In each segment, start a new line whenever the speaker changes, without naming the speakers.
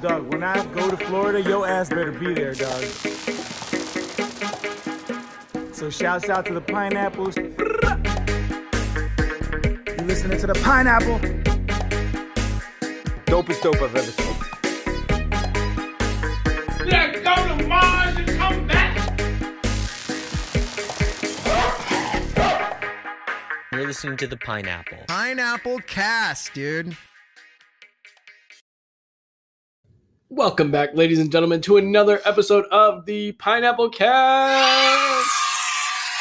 Dog, when I go to Florida, your ass better be there, dog. So shouts out to the pineapples. You listening to the pineapple?
Dopest dope I've ever smoked.
Let's go to Mars and come back.
You're listening to The Pineapple.
Pineapple Cast, dude.
Welcome back, ladies and gentlemen, to another episode of the Pineapple Cast.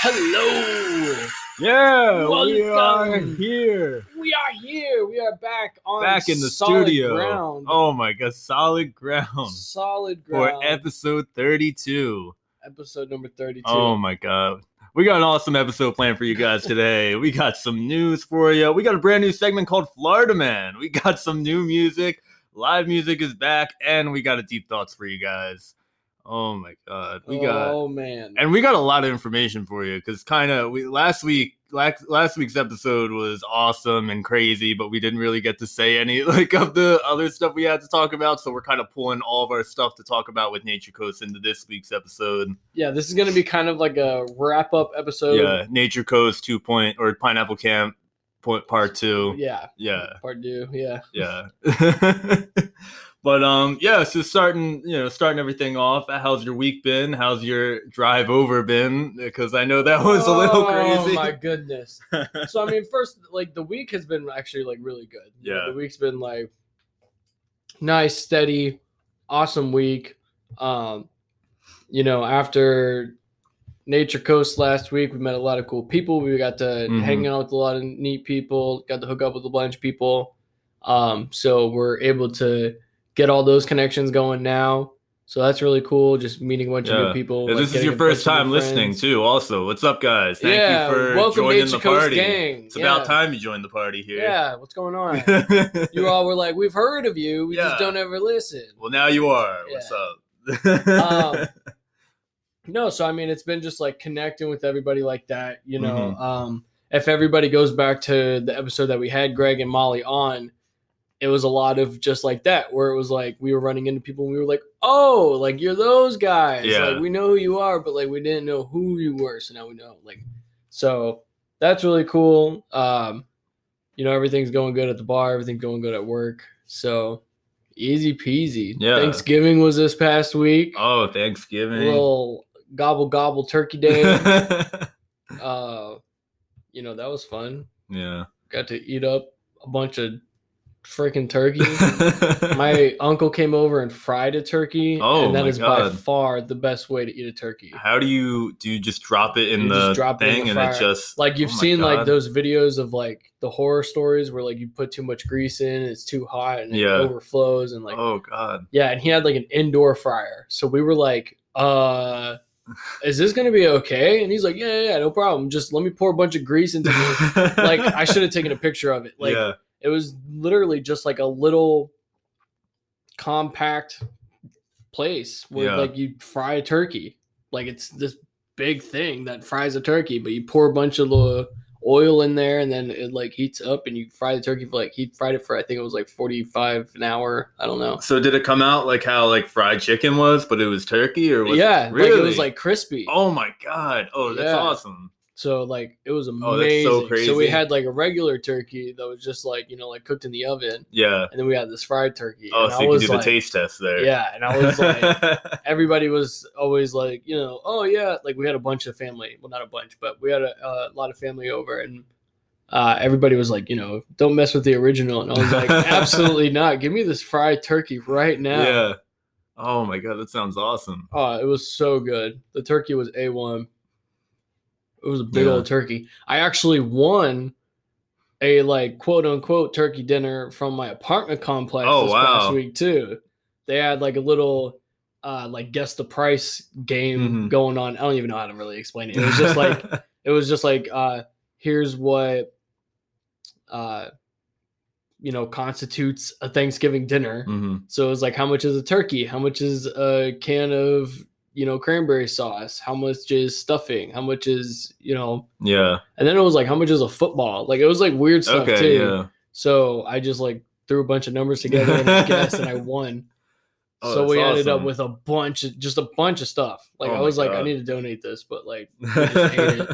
Hello,
Yeah, we
Welcome.
are here.
we are here. We are back on
Back in the
solid
studio.
Ground.
Oh my god, solid ground
solid
for
ground.
episode 32.
episode number thirty-two.
Oh my god. We got an awesome episode planned for you guys today. we got some news for you. We got a brand new segment called Florida Man. We got some new music. Live music is back, and we got a deep thoughts for you guys. Oh my god. We got
Oh man.
and we got a lot of information for you because kind of we last week last, last week's episode was awesome and crazy but we didn't really get to say any like of the other stuff we had to talk about so we're kind of pulling all of our stuff to talk about with nature coast into this week's episode
yeah, this is gonna be kind of like a wrap-up episode.
yeah nature coast 2 point or pineapple camp point part 2
Yeah.
yeah
Part two. Yeah.
yeah but um yeah so starting you know starting everything off how's your week been how's your drive over been because i know that was a little crazy
Oh my goodness. so I mean, first, like the week has been actually like really good. You know,
Yeah.
the week's been like nice, steady, awesome week. Um, you know, after Nature Coast last week, we met a lot of cool people. We got to
Mhm.
hang out with a lot of neat people. Got to hook up with a bunch of people. Um, so we're able to get all those connections going now. So that's really cool. Just meeting a bunch of
Yeah.
new people.
Yeah,
like,
this is
getting
your
a bunch
first
of new
time listening
friends.
too. Also, what's up, guys? Thank you for
welcome
joining
Nature
the
Coast
party.
Gang.
It's about
Yeah.
time you joined the party here.
Yeah, what's going on? you all were like, we've heard of you, we
Yeah.
just don't ever listen.
well, now you are. What's up?
Um, no, so I mean, it's been just like connecting with everybody like that, you know.
Mm-hmm.
Um, if everybody goes back to the episode that we had Greg and Molly on, it was a lot of just like that, where it was like we were running into people and we were like, oh, like you're those guys,
Yeah.
like we know who you are, but like we didn't know who you were, so now we know, like, so that's really cool. Um, you know, everything's going good at the bar, everything's going good at work, so easy peasy.
Yeah.
Thanksgiving was this past week
oh, Thanksgiving.
little gobble gobble turkey day.
yeah.
uh, you know that was fun. Got to eat up a bunch of freaking turkey. My uncle came over and fried a turkey,
Oh
and that
my
is by
God.
far the best way to eat a turkey.
How do you do? You just drop it in
You
the
just drop it in
thing,
the
and it
fryer.
just
Like you've
Oh my
seen like
God.
those videos of like the horror stories where like you put too much grease in, it's too hot and
Yeah.
it overflows and like
oh god.
yeah, and he had like an indoor fryer. So we were like, uh is this gonna be okay? And he's like, Yeah, yeah, yeah, no problem. Just let me pour a bunch of grease into this like I should have taken a picture of it. Like
yeah.
it was literally just like a little compact place where
Yeah.
like you fry a turkey. Like it's this big thing that fries a turkey, but you pour a bunch of little oil in there and then it like heats up and you fry the turkey for like he fried it for I think it was like 45 an hour. I don't know.
So did it come out like how like fried chicken was, but it was turkey, or was
yeah,
it really?
like it was like crispy.
oh my god. Oh, that's
Yeah.
awesome.
So like it was amazing.
Oh, that's so
so we
crazy.
had like a regular turkey that was just like, you know, like cooked in the oven.
Yeah.
and then we had this fried turkey.
Oh,
and
so
I
you can
was
do
like,
the taste test there.
Yeah, and I was like, everybody was always like, you know, oh yeah, like we had a bunch of family. Well, not a bunch, but we had a, a lot of family over, and uh, everybody was like, you know, don't mess with the original. And I was like, absolutely not. Give me this fried turkey right now.
yeah. Oh my god, that sounds awesome.
Oh, it was so good. The turkey was a one. It was a big
Yeah.
old turkey. I actually won a like quote unquote turkey dinner from my apartment complex
Oh,
this
wow.
past week too. They had like a little uh like guess the price game
Mhm.
going on. I don't even know how to really explain it. It was just like it was just like uh here's what uh you know constitutes a Thanksgiving dinner.
Mhm.
So it was like, how much is a turkey? How much is a can of, you know, cranberry sauce? How much is stuffing? How much is, you know,
Yeah.
and then it was like, how much is a football? Like it was like weird stuff
okay.
too.
Yeah.
So I just like threw a bunch of numbers together and guessed and I won.
Oh,
so
that's
we ended up
awesome.
with a bunch of just a bunch of stuff. Like
Oh
I
my
was like, I
God.
need to donate this, but like just ate it. it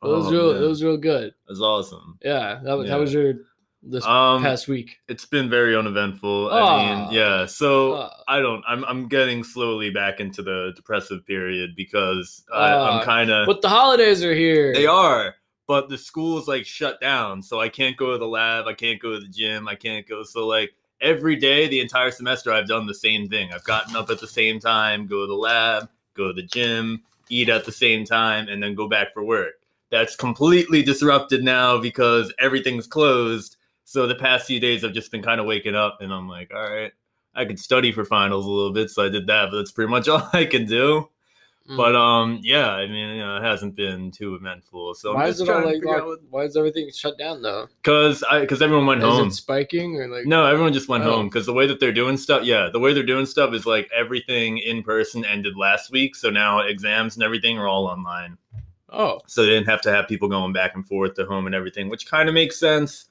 was
Oh,
real
man.
it was real good.
That's awesome.
Yeah. That was
Yeah.
that was your this
Um,
past week.
it's been very uneventful. I
Ah.
mean, yeah. So
Ah.
I don't. I'm I'm getting slowly back into the depressive period because I,
Ah.
I'm kind of.
But the holidays are here.
They are, but the school's like shut down, so I can't go to the lab, I can't go to the gym, I can't go. So like every day, the entire semester, I've done the same thing. I've gotten up at the same time, go to the lab, go to the gym, eat at the same time, and then go back for work. That's completely disrupted now because everything's closed. So the past few days, I've just been kind of waking up, and I'm like, all right. I could study for finals a little bit, so I did that, but that's pretty much all I can do.
Mm.
But um, yeah, I mean, you know, it hasn't been too eventful. So
why
I'm
is
just
it
trying
all
to
like
figure out
locked- why is everything shut down though?
because I because everyone went
Is
home.
it spiking or like
No, everyone just went
Oh.
home because the way that they're doing stuff, yeah, the way they're doing stuff is like everything in person ended last week, so now exams and everything are all online.
Oh.
So they didn't have to have people going back and forth to home and everything, which kind of makes sense.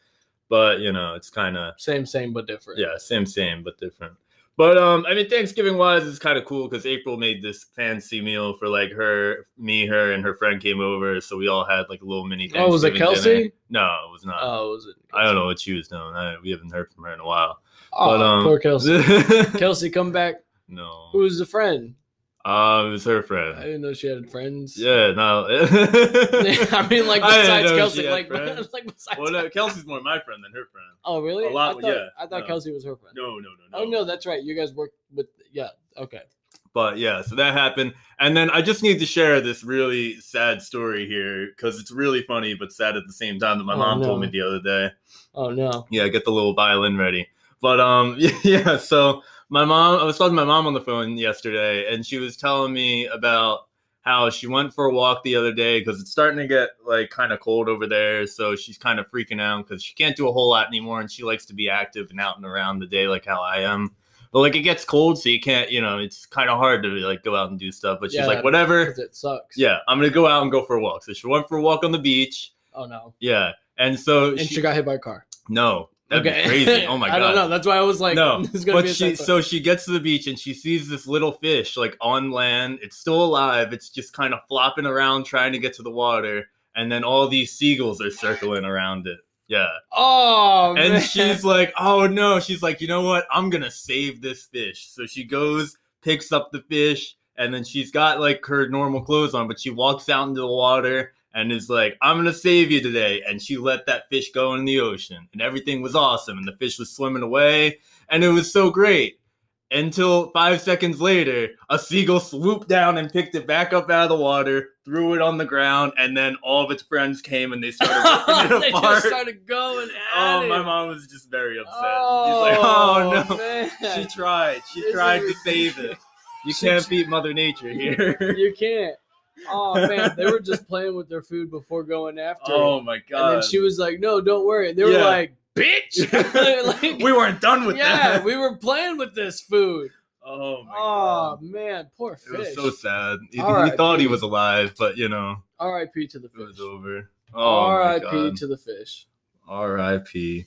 But you know, it's kind of
Same, same but different.
yeah, same, same, but different. But um, I mean, Thanksgiving wise is kind of cool because April made this fancy meal for like her, me, her, and her friend came over, so we all had like a little mini.
Oh, was it
Thanksgiving dinner.
Kelsey?
No, it was not.
Oh, was it?
I don't know what she was doing. I, we haven't heard from her in a while.
Oh,
but um,
poor Kelsey. Kelsey, come back.
no,
Who was the friend?
uh, it was her
I
friend.
didn't know she had friends.
Yeah, no.
I mean, like
I didn't
besides
know
Kelsey,
she had
like,
friends.
like besides.
well, no, Kelsey's more my friend than her friend.
oh, really?
a lot-
I thought,
yeah,
I thought
no.
Kelsey was her friend.
No, no, no, no.
Oh no, that's right. You guys worked with yeah. Okay.
but yeah, so that happened. And then I just need to share this really sad story here because it's really funny but sad at the same time that my
Oh,
mom
no.
told me the other day.
Oh no.
Yeah, get the little violin ready. But um, yeah. So my mom, I was talking to my mom on the phone yesterday, and she was telling me about how she went for a walk the other day because it's starting to get like kind of cold over there. So she's kind of freaking out because she can't do a whole lot anymore, and she likes to be active and out and around the day like how I am. But like it gets cold, so you can't, you know, it's kind of hard to like go out and do stuff. But she's
Yeah,
like,
that-
whatever.
'Cause it sucks.
Yeah, I'm gonna go out and go for a walk. So she went for a walk on the beach.
Oh no.
Yeah, and so
And she, got hit by a car.
no, that'd
okay.
be crazy. Oh my god.
I don't know. That's why I was like,
no,
this is gonna
but
be a
she
sad
so she gets to the beach and she sees this little fish like on land. It's still alive. It's just kind of flopping around trying to get to the water, and then all these seagulls are circling around it. Yeah,
story. Oh man.
and she's like, "Oh no!" She's like, "You know what? I'm gonna save this fish." So she goes, picks up the fish, and then she's got like her normal clothes on, but she walks out into the water and is like, "I'm gonna save you today." And she let that fish go in the ocean, and everything was awesome, and the fish was swimming away, and it was so great. Until five seconds later, a seagull swooped down and picked it back up out of the water, threw it on the ground, and then all of its friends came and they started ripping
they
it apart.
just started going at
Oh,
it.
my mom was just very upset. She's like,
Oh,
oh no. She
man.
tried. She
This is
tried to save it. You can't beat Mother Nature here.
You can't. Oh man, they were just playing with their food before going after.
oh
it.
my
and then
god.
she was like, "No, don't worry." And they were
Yeah.
like, "Bitch!" like,
we weren't done with
yeah,
that.
we were playing with this food.
oh my
Oh
god.
man, poor
It was
fish.
so sad. He,
All
he
right,
thought he
dude.
was alive, but you know,
R.I.P. to the
it was
fish.
over. Oh my
R.I.P.
god.
to the fish.
R.I.P.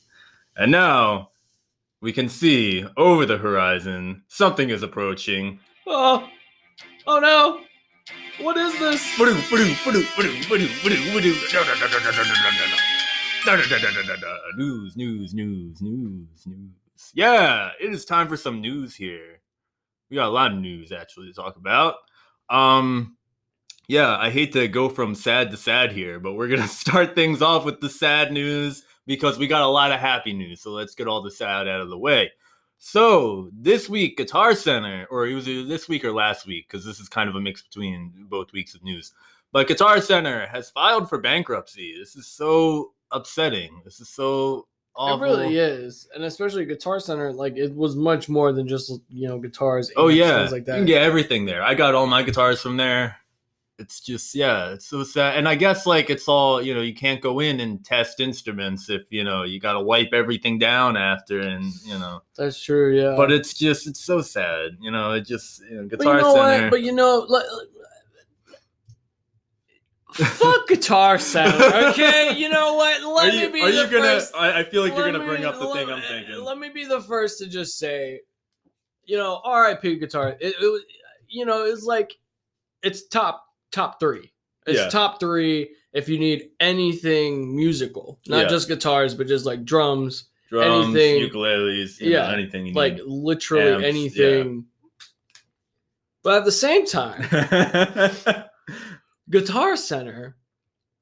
And now we can see over the horizon something is approaching.
Oh, oh no! What is this?
Ba-doo, ba-doo, ba-doo, ba-doo, ba-doo, ba-doo, ba-doo. Da-da-da-da-da-da-da-da-da. News, news, news, news, news. Yeah, it is time for some news here. We got a lot of news actually to talk about. Um, yeah, I hate to go from sad to sad here, but we're gonna start things off with the sad news because we got a lot of happy news. So let's get all the sad out of the way. So this week, Guitar Center, or it was either this week or last week, because this is kind of a mix between both weeks of news. But Guitar Center has filed for bankruptcy. This is so upsetting. This is so awful.
It really is, and especially Guitar Center. Like it was much more than just you know guitars.
Oh
amps,
yeah,
things like
you can
that.
get everything there. I got all my guitars from there. It's just yeah, it's so sad. And I guess like it's all you know, you can't go in and test instruments if you know you got to wipe everything down after, and you know.
That's true. Yeah,
But it's just it's so sad, you know. It just you know,
But you
guitar
know
center.
what? But you know, like, Fuck guitar sound, okay? You know what? Let
are you,
me be
are
the
you gonna?
first.
I, I feel like you're
let
gonna bring
me-
up the thing
let-
I'm thinking.
Let me be the first to just say, you know, R.I.P. guitar. It, it was, you know, it's like it's top top three. It's
Yeah.
top three if you need anything musical, not
Yeah.
just guitars, but just like drums,
Drums,
anything-
ukuleles, you know,
yeah,
anything you
like
need.
literally
Amps, yeah.
anything. But at the same time, Guitar Center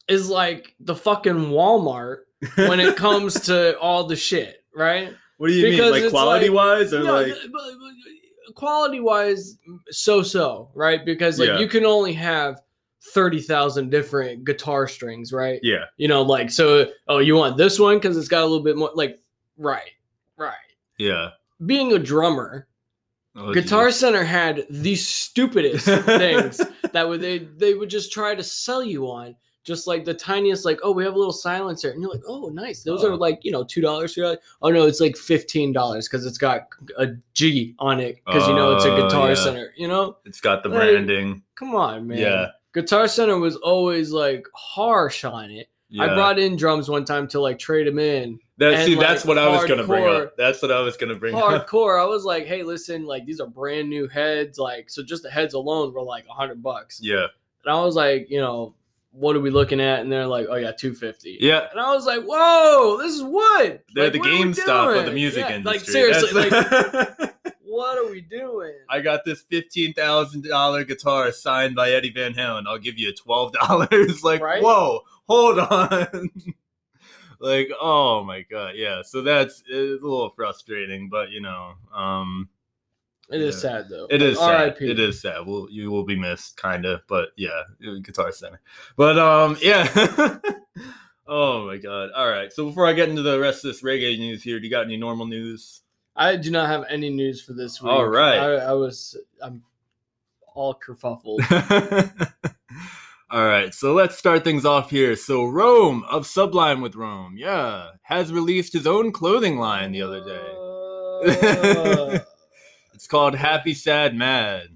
is like the fucking Walmart when it comes to all the shit, right?
what do you mean,
because
like
it's
quality wise, or
No,
like
th- but- but quality wise, so so, right? Because like
Yeah.
you can only have thirty thousand different guitar strings, right?
yeah,
You know, like so. Oh, you want this one because it's got a little bit more. Like, right, right.
yeah.
Being a drummer,
Oh,
Guitar
geez.
Center had the stupidest things that would they they would just try to sell you on. Just like the tiniest, like, oh, we have a little silencer. And you're like, oh, nice. Those
Oh.
are like, you know, $2, $3. Oh, no, it's like $15 because it's got a G on it because, you know, it's a
Oh,
Guitar
yeah.
Center. You know,
It's got the
Like,
branding.
come on, man.
Yeah.
Guitar Center was always like harsh on it.
Yeah.
I brought in drums one time to like trade them in.
that. See,
and,
that's
like,
what I was gonna bring
hardcore-
up. That's what I was gonna bring up.
Hardcore. I was like, hey, listen, like these are brand new heads. Like, so just the heads alone were like 100 bucks.
Yeah,
And I was like, you know, what are we looking at? And they're like, oh yeah, two fifty.
yeah.
And I was like, whoa, this is wood.
They're
Like,
the
what are we
GameStop of the
doing?
music
Yeah,
industry.
Like seriously, like
That's-
what are we doing?
I got this fifteen thousand dollar guitar signed by Eddie Van Halen. I'll give you twelve dollars. like,
Right?
whoa, hold on. like, oh my god, yeah. So that's it's a little frustrating, but you know, um,
It is
Yeah.
sad though.
it is sad.
R.I.P.
It is sad. Well, you will be missed, kind of, but yeah, Guitar Center. But um, yeah. oh my god. All right. So before I get into the rest of this reggae news here, do you got any normal news?
I do not have any news for this week.
All right.
I, I was I'm all kerfuffled.
All right, so let's start things off here. So Rome of Sublime with Rome, yeah, has released his own clothing line the other day.
Uh,
It's called Happy Sad Mad.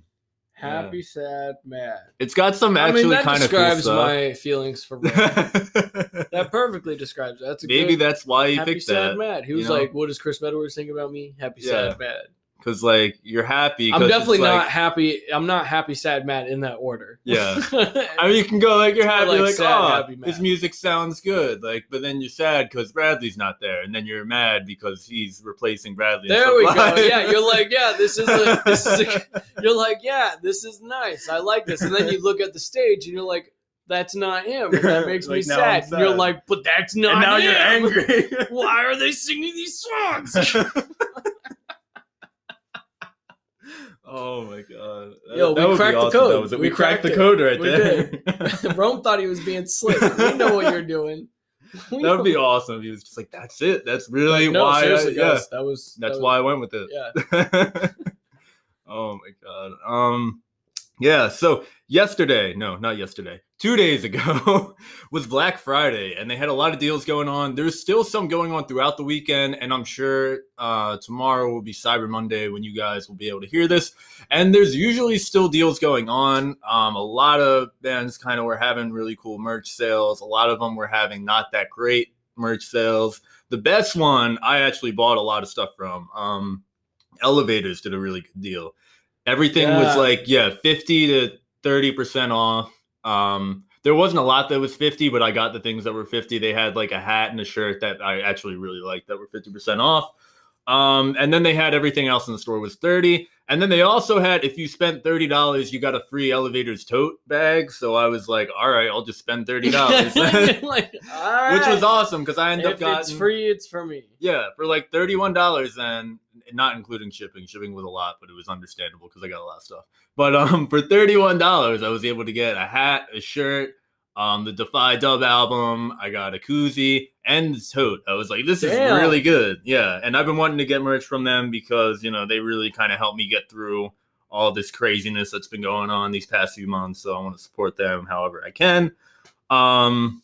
happy, sad, mad.
It's got some
I mean,
actually
that
kind of cool
describes
stuff.
my feelings for. Rome. that perfectly describes it. That's a
Maybe
good-
that's why he
happy
picked
sad
that
mad. He was
know?
like, "What does Chris Medwards think about me? Happy
Yeah.
sad mad."
because, like, you're happy.
I'm
'cause it's
definitely
like-
not happy. I'm not happy sad mad in that order.
Yeah. I mean, you can go like you're
It's more
happy,
like
like,
sad,
oh,
happy
this
mad."
music sounds good, like, but then you're sad because Bradley's not there, and then you're mad because he's replacing Bradley. in
there we go.
Sublime.
Yeah, you're like, yeah, this is a, this is a, you're like, yeah, this is nice. I like this. And then you look at the stage and you're like, that's not him. And that makes me
Like, now
sad.
I'm
And you're
sad.
like, but that's not
and now you're
him.
angry.
Why are they singing these songs?
Oh my god!
Yo, we
would be
cracked the
awesome. That
code.
was it.
We
We, cracked,
cracked
the
it.
code right
We
there.
Rome thought he was being slick. We know what you're doing. We
that
know-
would be awesome. He was just like, "That's it. That's really
No,
why. I,
seriously,
yeah,
yes, that was
that's
that was-
why I went with it."
Yeah.
oh my god. Um yeah, so yesterday, no, not yesterday. 2 days ago was Black Friday and they had a lot of deals going on. There's still some going on throughout the weekend and I'm sure uh tomorrow will be Cyber Monday when you guys will be able to hear this. And there's usually still deals going on. Um a lot of bands kind of were having really cool merch sales. A lot of them were having not that great merch sales. The best one I actually bought a lot of stuff from. Um elevators did a really good deal. Everything
Yeah.
was like yeah, 50 to 30% off. Um there wasn't a lot that was 50, but I got the things that were 50. They had like a hat and a shirt that I actually really liked that were 50% off. Um and then they had everything else in the store was 30. And then they also had if you spent $30, you got a free elevators tote bag. So I was like, all right, I'll just spend $30.
Like,
Which
alright.
was awesome because I ended
If
up getting
it's free, it's for me.
yeah, for like thirty-one dollars, and not including shipping. Shipping was a lot, but it was understandable because I got a lot of stuff. But um, for thirty-one dollars, I was able to get a hat, a shirt, um, the Defy Dub album. I got a koozie and the tote. I was like, this
Damn.
is really good. Yeah, and I've been wanting to get merch from them because you know they really kind of helped me get through all this craziness that's been going on these past few months. So I want to support them however I can. Um,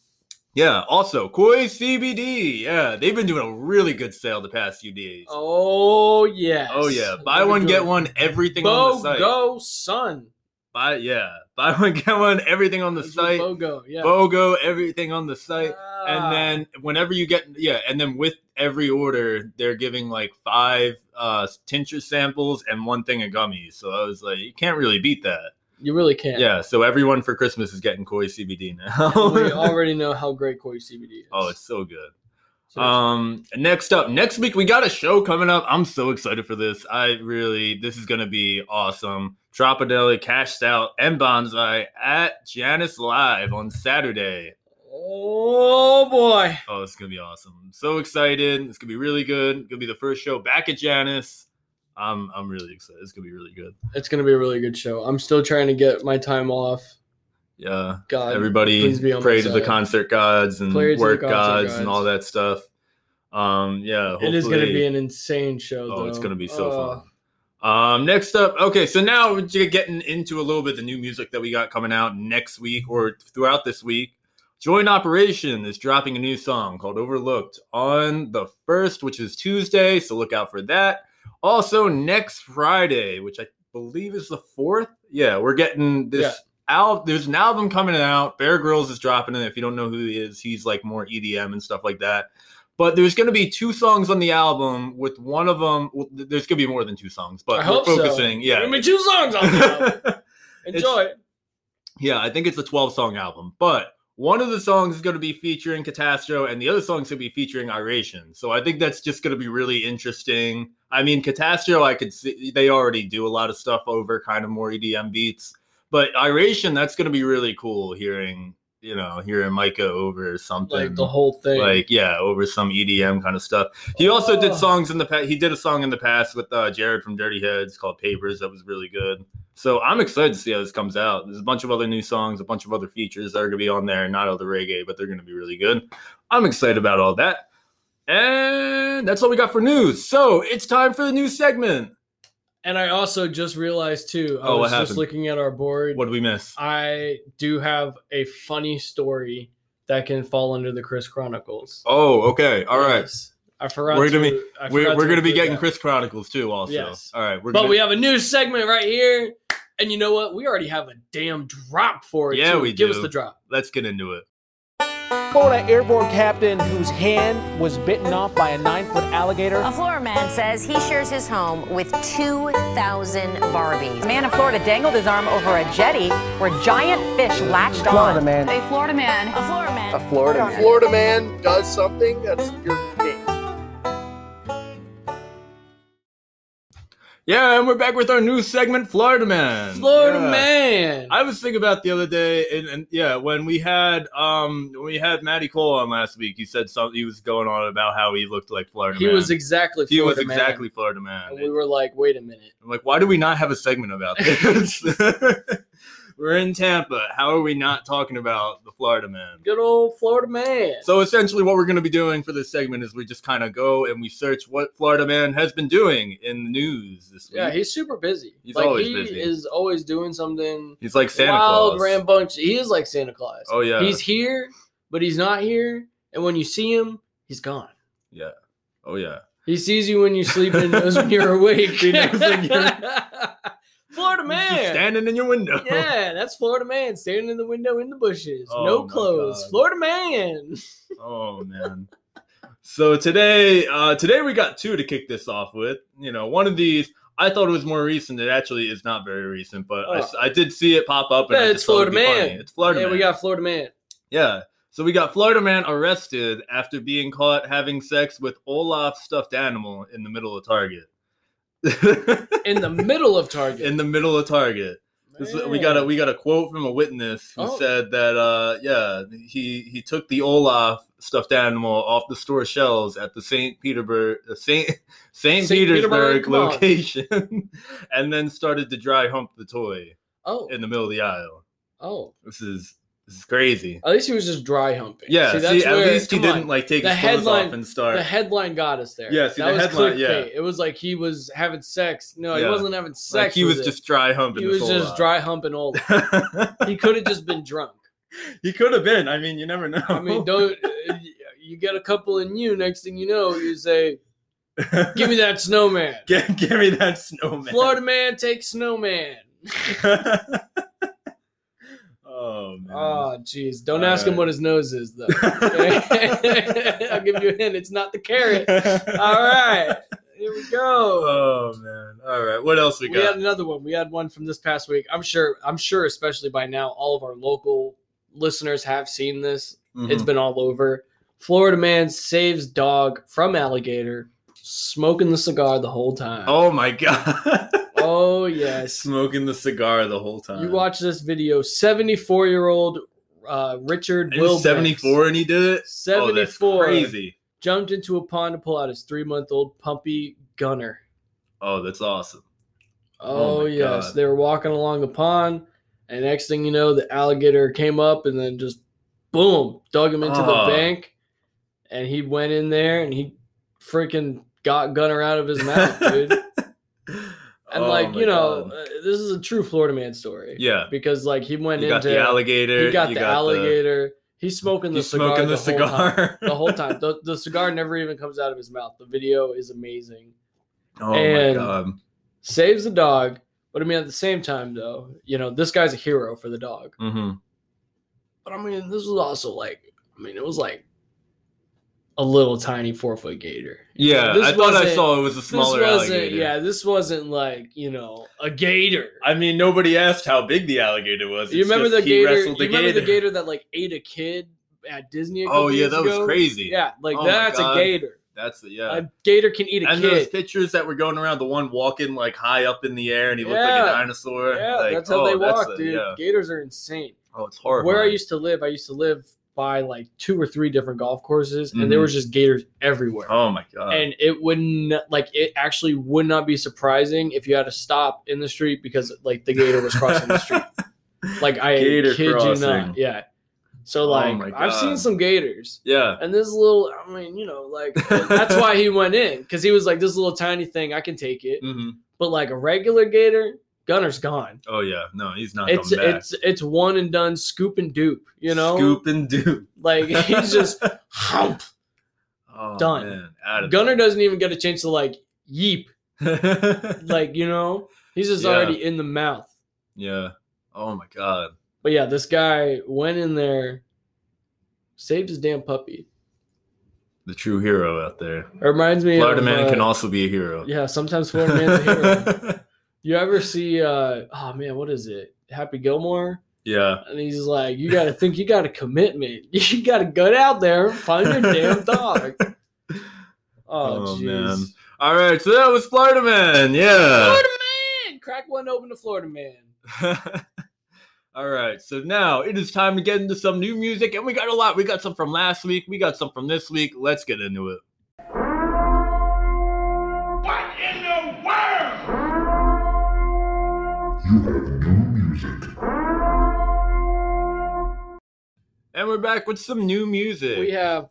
yeah. Also, Koi CBD. Yeah, they've been doing a really good sale the past few days. Oh,
Oh yes.
yeah,
Let
buy
me
one
do
get
it.
one. Everything on the site.
Bogo son.
Buy yeah, buy one get one. Everything on the
That's what
site.
logo, yeah.
BOGO, everything on the site.
Ah.
and then whenever you get yeah and then with every order they're giving like five uh tincture samples and one thing of gummies so i was like you can't really beat that
you really
yeah,
can't.
so everyone for christmas is getting koi cbd
we
now
already know how great Koi CBD is.
oh it's so good
So it's-
um next up next week we got a show coming up i'm so excited for this i really this is gonna be awesome Tropadeli, Cashed Out, and Bonsai at Janice Live on Saturday.
oh boy.
Oh, it's gonna be awesome! I'm so excited. It's gonna be really good. It's gonna be the first show back at Janice. I'm I'm really excited. It's gonna be really good.
It's gonna be a really good show. I'm still trying to get my time off.
Yeah,
God,
everybody
please be on my
pray to the
side.
concert gods and
Pray to the
work
concert
gods,
gods.
and all that stuff. Um, yeah, hopefully,
It is gonna be an insane show.
oh, it's
though.
gonna be so
Uh,
fun. Um, next up, okay, so now we're ju- getting into a little bit of the new music that we got coming out next week or throughout this week. Joint Operation is dropping a new song called Overlooked on the first, which is Tuesday, so look out for that. Also, next Friday, which I believe is the fourth. Yeah, we're getting this
Yeah.
al- there's an album coming out. Bear Grylls is dropping it. If you don't know who he is, he's like more EDM and stuff like that. But there's going to be two songs on the album. With one of them, well, th- there's going to be more than two songs, but
I
we're
hope
focusing.
So. Give
Yeah,
me two songs on the album. Enjoy it.
yeah. I think it's a 12 song album, but one of the songs is going to be featuring Catastro, and the other song's going to be featuring Iration. So I think that's just going to be really interesting. I mean, Catastro, I could see they already do a lot of stuff over kind of more EDM beats, but Iration, that's going to be really cool hearing. You know, hearing Micah over something
Like the whole thing.
like yeah over some edm kind of stuff he also did
Oh.
songs in the past he did a song in the past with uh, jared from dirty heads called papers that was really good so i'm excited to see how this comes out there's a bunch of other new songs a bunch of other features that are going to be on there not all the reggae but they're going to be really good i'm excited about all that and that's all we got for news so it's time for the new segment
and I also just realized too. I
Oh, what
was just
happened?
looking at our board.
what did we miss
I do have a funny story that can fall under the Chris Chronicles.
oh okay all right
Yes. I forgot.
We're gonna
to, I
we're,
forgot
we're going to be
include
getting
that.
chris chronicles too also
Yes.
all right we're
But
gonna-
we have a new segment right here, and you know what? We already have a damn drop for it.
Yeah,
too.
we
give
do.
us the drop.
let's get into it
Florida airborne captain whose hand was bitten off by a nine foot alligator.
A Florida man says he shares his home with 2,000 Barbies. A man in Florida dangled his arm over a jetty where giant fish latched
Florida man.
A Florida man.
A Florida man.
Florida man does something that's your thing.
Yeah, and we're back with our new segment, Florida Man.
Florida
Yeah.
man.
I was thinking about the other day, and, and yeah, when we had um when we had Matty Cole on last week, he said something. He was going on about how he looked like Florida
he
Man.
was exactly.
he was
Florida man.
exactly Florida Man.
And we were like, wait a minute.
I'm like, why do we not have a segment about this? we're in Tampa. How are we not talking about the Florida Man?
Good old Florida man.
So essentially, what we're going to be doing for this segment is we just kind of go and we search what Florida Man has been doing in the news this week.
yeah, he's super busy.
He's
like
always
he
busy.
is always doing something
he's like Santa
wild,
Claus.
rambunctious. He is like Santa Claus.
oh yeah,
He's here, but he's not here. And when you see him, he's gone.
oh yeah.
He sees you when you sleep and knows when you're awake.
He knows when
Florida
Just
man.
standing in your window.
Yeah, that's Florida man standing in the window in the bushes,
Oh
no
my
clothes.
God.
Florida man.
Oh man. So today, uh, today we got two to kick this off with. You know, one of these I thought it was more recent. It actually is not very recent, but I s I I, did see it pop up. And
Yeah,
I
it's
just thought it'd
Florida
be
Man.
funny. It's Florida
yeah,
man.
we got Florida man.
yeah. So we got Florida man arrested after being caught having sex with Olaf stuffed animal in the middle of Target.
in the middle of Target.
in the middle of Target. This, we got a we got a quote from a witness who
Oh.
said that uh yeah he he took the Olaf stuffed animal off the store shelves at the Saint Petersburg uh, Saint Saint
Saint Petersburg,
Petersburg
come on.
location, and then started to dry hump the toy
Oh,
in the middle of the aisle.
oh.
This is this is crazy.
At least he was just dry humping.
Yeah, see, at
Uh, where-
least he
come on.
didn't like take
The
his clothes
headline-
off and start.
The headline got us there.
Yeah, see,
that
the
was
headline, yeah.
clickbait. It was like he was having sex. No, he
Yeah.
wasn't having sex.
like he
with
was
it.
just dry humping.
he
this
was just
Olaf.
dry humping old. he could have just been drunk.
he could have been. I mean, you never know.
I mean, don't uh, you get a couple in you? Next thing you know, you say, "Give me that snowman."
give, give me that snowman.
Florida man takes snowman.
Oh man.
Oh, jeez. Don't
All
ask him
right.
what his nose is, though. Okay? I'll give you a hint. It's not the carrot. All right. Here we go.
Oh man. All right. What else we
We,
got?
had another one. We had one from this past week. I'm sure, I'm sure, especially by now, all of our local listeners have seen this. It's
Mhm.
been all over. Florida man saves dog from alligator, smoking the cigar the whole time.
oh my god.
oh yes.
Smoking the cigar the whole time.
You watch this video. Seventy-four-year-old uh, Richard
He
Will
was 74 and he did it. Oh, that's
74.
crazy.
jumped into a pond to pull out his three-month-old puppy Gunner.
Oh, that's awesome.
Oh,
Oh my
yes,
God.
they were walking along the pond, and next thing you know, the alligator came up and then just boom, dug him into
Ah.
the bank, and he went in there and he freaking got Gunner out of his mouth, dude. And
Oh
like
my
you know,
God.
uh, this is a true Florida man story.
Yeah.
because like he went
You got
into
the alligator.
He got
you
the alligator. he's smoking the
He's
cigar.
smoking
the,
the
Whole time,
cigar.
the whole time. The, the cigar never even comes out of his mouth. The video is amazing.
Oh
And-
my god.
Saves the dog. But I mean, at the same time, though, you know, this guy's a hero for the dog.
Mm-hmm.
But I mean, this was also like, I mean, it was like a little tiny four foot gator.
Yeah,
This
I thought I
wasn't-
saw it was a
This
smaller
wasn't,
alligator.
yeah, this wasn't like, you know, a gator.
I mean, nobody asked how big the alligator was.
you
It's
remember
just
the
he
gator? You
wrestled the
remember the
gator.
gator that like ate a kid at Disney? A couple
Oh yeah,
years
that was
ago?
crazy.
Yeah, like
Oh my
that's a
God.
gator.
that's the, yeah.
A gator can eat a
and those
kid.
pictures that were going around, the one walking like high up in the air, and he looked
Yeah.
like a dinosaur.
Yeah,
like,
that's how they
oh, that's
walk,
a-
dude.
yeah.
Gators are insane.
Oh, it's horrible.
Where I used to live, I used to live by like two or three different golf courses, and there
Mhm.
was just gators everywhere.
Oh my god.
And it wouldn't like it actually would not be surprising if you had to stop in the street because like the gator was crossing the street. Like I
Gator
kid you
crossing.
not, yeah. So
Oh
like
my
I've seen
God.
some gators,
yeah.
and this little I mean you know like that's why he went in because he was like this little tiny thing I can take it,
hmm
but like a regular gator, Gunner's gone.
Oh yeah. No, he's not.
it's
coming back.
it's it's one and done scoop and dupe you know
scoop and do.
like he's just hump
Oh,
Done.
Man, out of
gunner doesn't even get a chance to like yeep
there.
like you know he's just
Yeah.
already in the mouth
yeah. Oh my god.
but yeah this guy went in there saved his damn puppy
The true hero out there.
it reminds me
Florida
of,
man
uh,
can also be a hero.
yeah sometimes florida man's a hero you ever see uh oh man what is it happy gilmore
yeah.
and he's like you gotta think you got a commitment you gotta go out there and find your damn dog oh
Oh,
jeez
man. Uh, All right, so that was Florida Man. Yeah.
Florida man. Crack one open to Florida man.
All right, so now it is time to get into some new music, and we got a lot. We got some from last week, we got some from this week. Let's get into it.
What in the world?
And we're back with some new music.
We have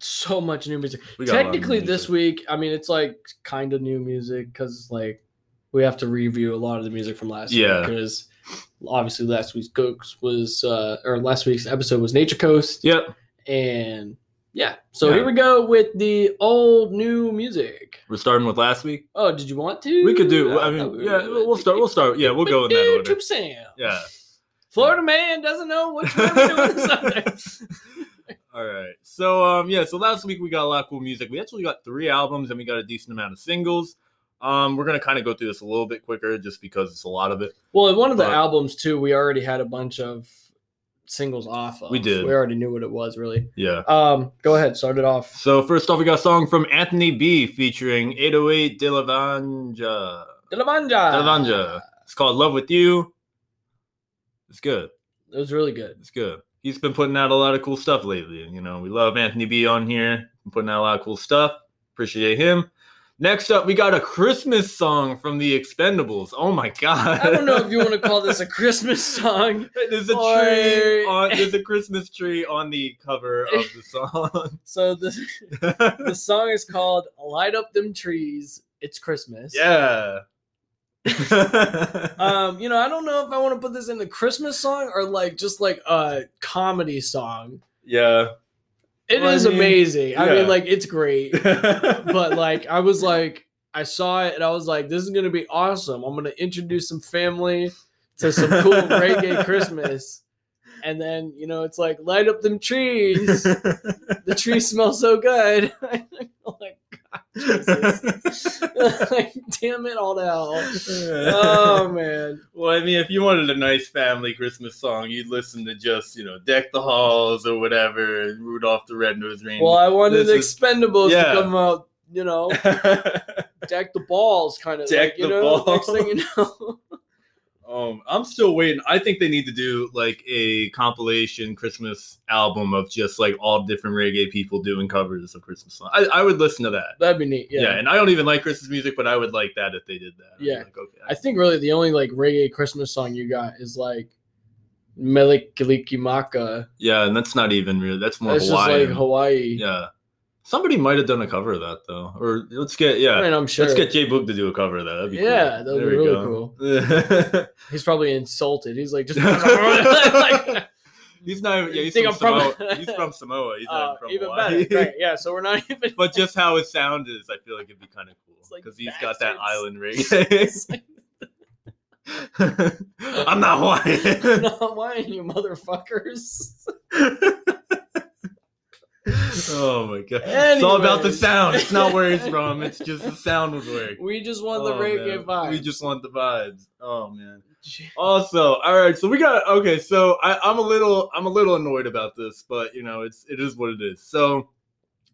so much new music.
We got a lot of
Technically, this
music.
week, I mean, it's like kind of new music because like we have to review a lot of the music from last
Yeah.
because obviously last week's cooks was uh, or last week's episode was Nature Coast
Yep,
and yeah. So
Yeah.
here we go with the old new music.
we're starting with last week.
Oh, did you want to?
We could do. I
thought we
mean,
were
yeah,
gonna
we'll start. We'll start. Yeah, we'll go in that order.
Trip Sam.
Yeah.
Florida man doesn't know what you're doing this Sunday.
All right. So um yeah, so last week we got a lot of cool music. We actually got three albums and we got a decent amount of singles. Um we're gonna kind of go through this a little bit quicker just because it's a lot of it.
Well, in one of the
But-
albums too, we already had a bunch of singles off. Of.
We did.
We already knew what it was, really.
Yeah.
Um, go ahead, start it off.
So first off, we got a song from Anthony B featuring 808 De La Vanja.
De La Manja.
De La Vanja. It's called Love With You. It's good.
It was really good.
It's good. He's been putting out a lot of cool stuff lately. You know, we love Anthony B on here. Been putting out a lot of cool stuff. Appreciate him. Next up, we got a Christmas song from the Expendables. Oh my god!
I don't know if you want to call this a Christmas song.
there's a
or-
tree on there's a Christmas tree on the cover of the song.
So the the song is called "Light Up Them Trees." It's Christmas.
yeah.
Um, you know, I don't know if I want to put this in the Christmas song or like just like a comedy song.
yeah.
It is
Well, I mean,
amazing. I
yeah.
mean, like it's great.
but
but like I was like I saw it and I was like, this is gonna be awesome. I'm gonna introduce some family to some cool reggae Christmas. and then you know it's like light up them trees. the trees smell so good. like, like, damn it all to hell. Oh man,
Well, I mean, if you wanted a nice family Christmas song, you'd listen to just, you know, Deck the Halls or whatever, and Rudolph the Red-Nosed Reindeer.
Well, I wanted the
This is-
Expendables
yeah.
to come out, you know, deck the balls kind of.
Deck
like, you
the
know,
balls.
Next thing you know,
um, I'm still waiting. I think they need to do like a compilation Christmas album of just like all different reggae people doing covers of Christmas songs. I, I would listen to that.
that'd be neat.
Yeah.
Yeah.
and I don't even like Christmas music, but I would like that if they did that. I'd be
Yeah.
like, okay.
I think really the only like reggae Christmas song you got is like Melikilikimaka.
yeah, and that's not even real. That's more
That's just
Hawaiian.
like Hawaii.
Yeah, somebody might have done a cover of that though. Or let's get yeah.
I mean, I'm sure.
Let's get Jay Boog to do a cover of that. That'd be cool.
Yeah, that'd be
There we
really
go.
He's probably insulted. He's like, just like,
he's not. even- Yeah,
You
he's
think
from,
I'm
Samoa.
from-
he's from Samoa. He's
uh,
not from
even
Hawaii.
better. Great. Yeah, so we're not even.
but just how his sound is, I feel like it'd be kind of cool
It's like
because he's got that
backwards.
island
It's
ring. I'm
I'm
not Hawaiian.
not Hawaiian, you motherfuckers.
oh my god! It's all about the
Anyways.
sound. It's not where he's from. It's just the sound would work.
We just want the
Oh,
reggae
man.
vibe.
We just want the vibes. Oh man. Also, all right. So we got okay. So I, I'm a little I'm a little annoyed about this, but you know it's it is what it is. So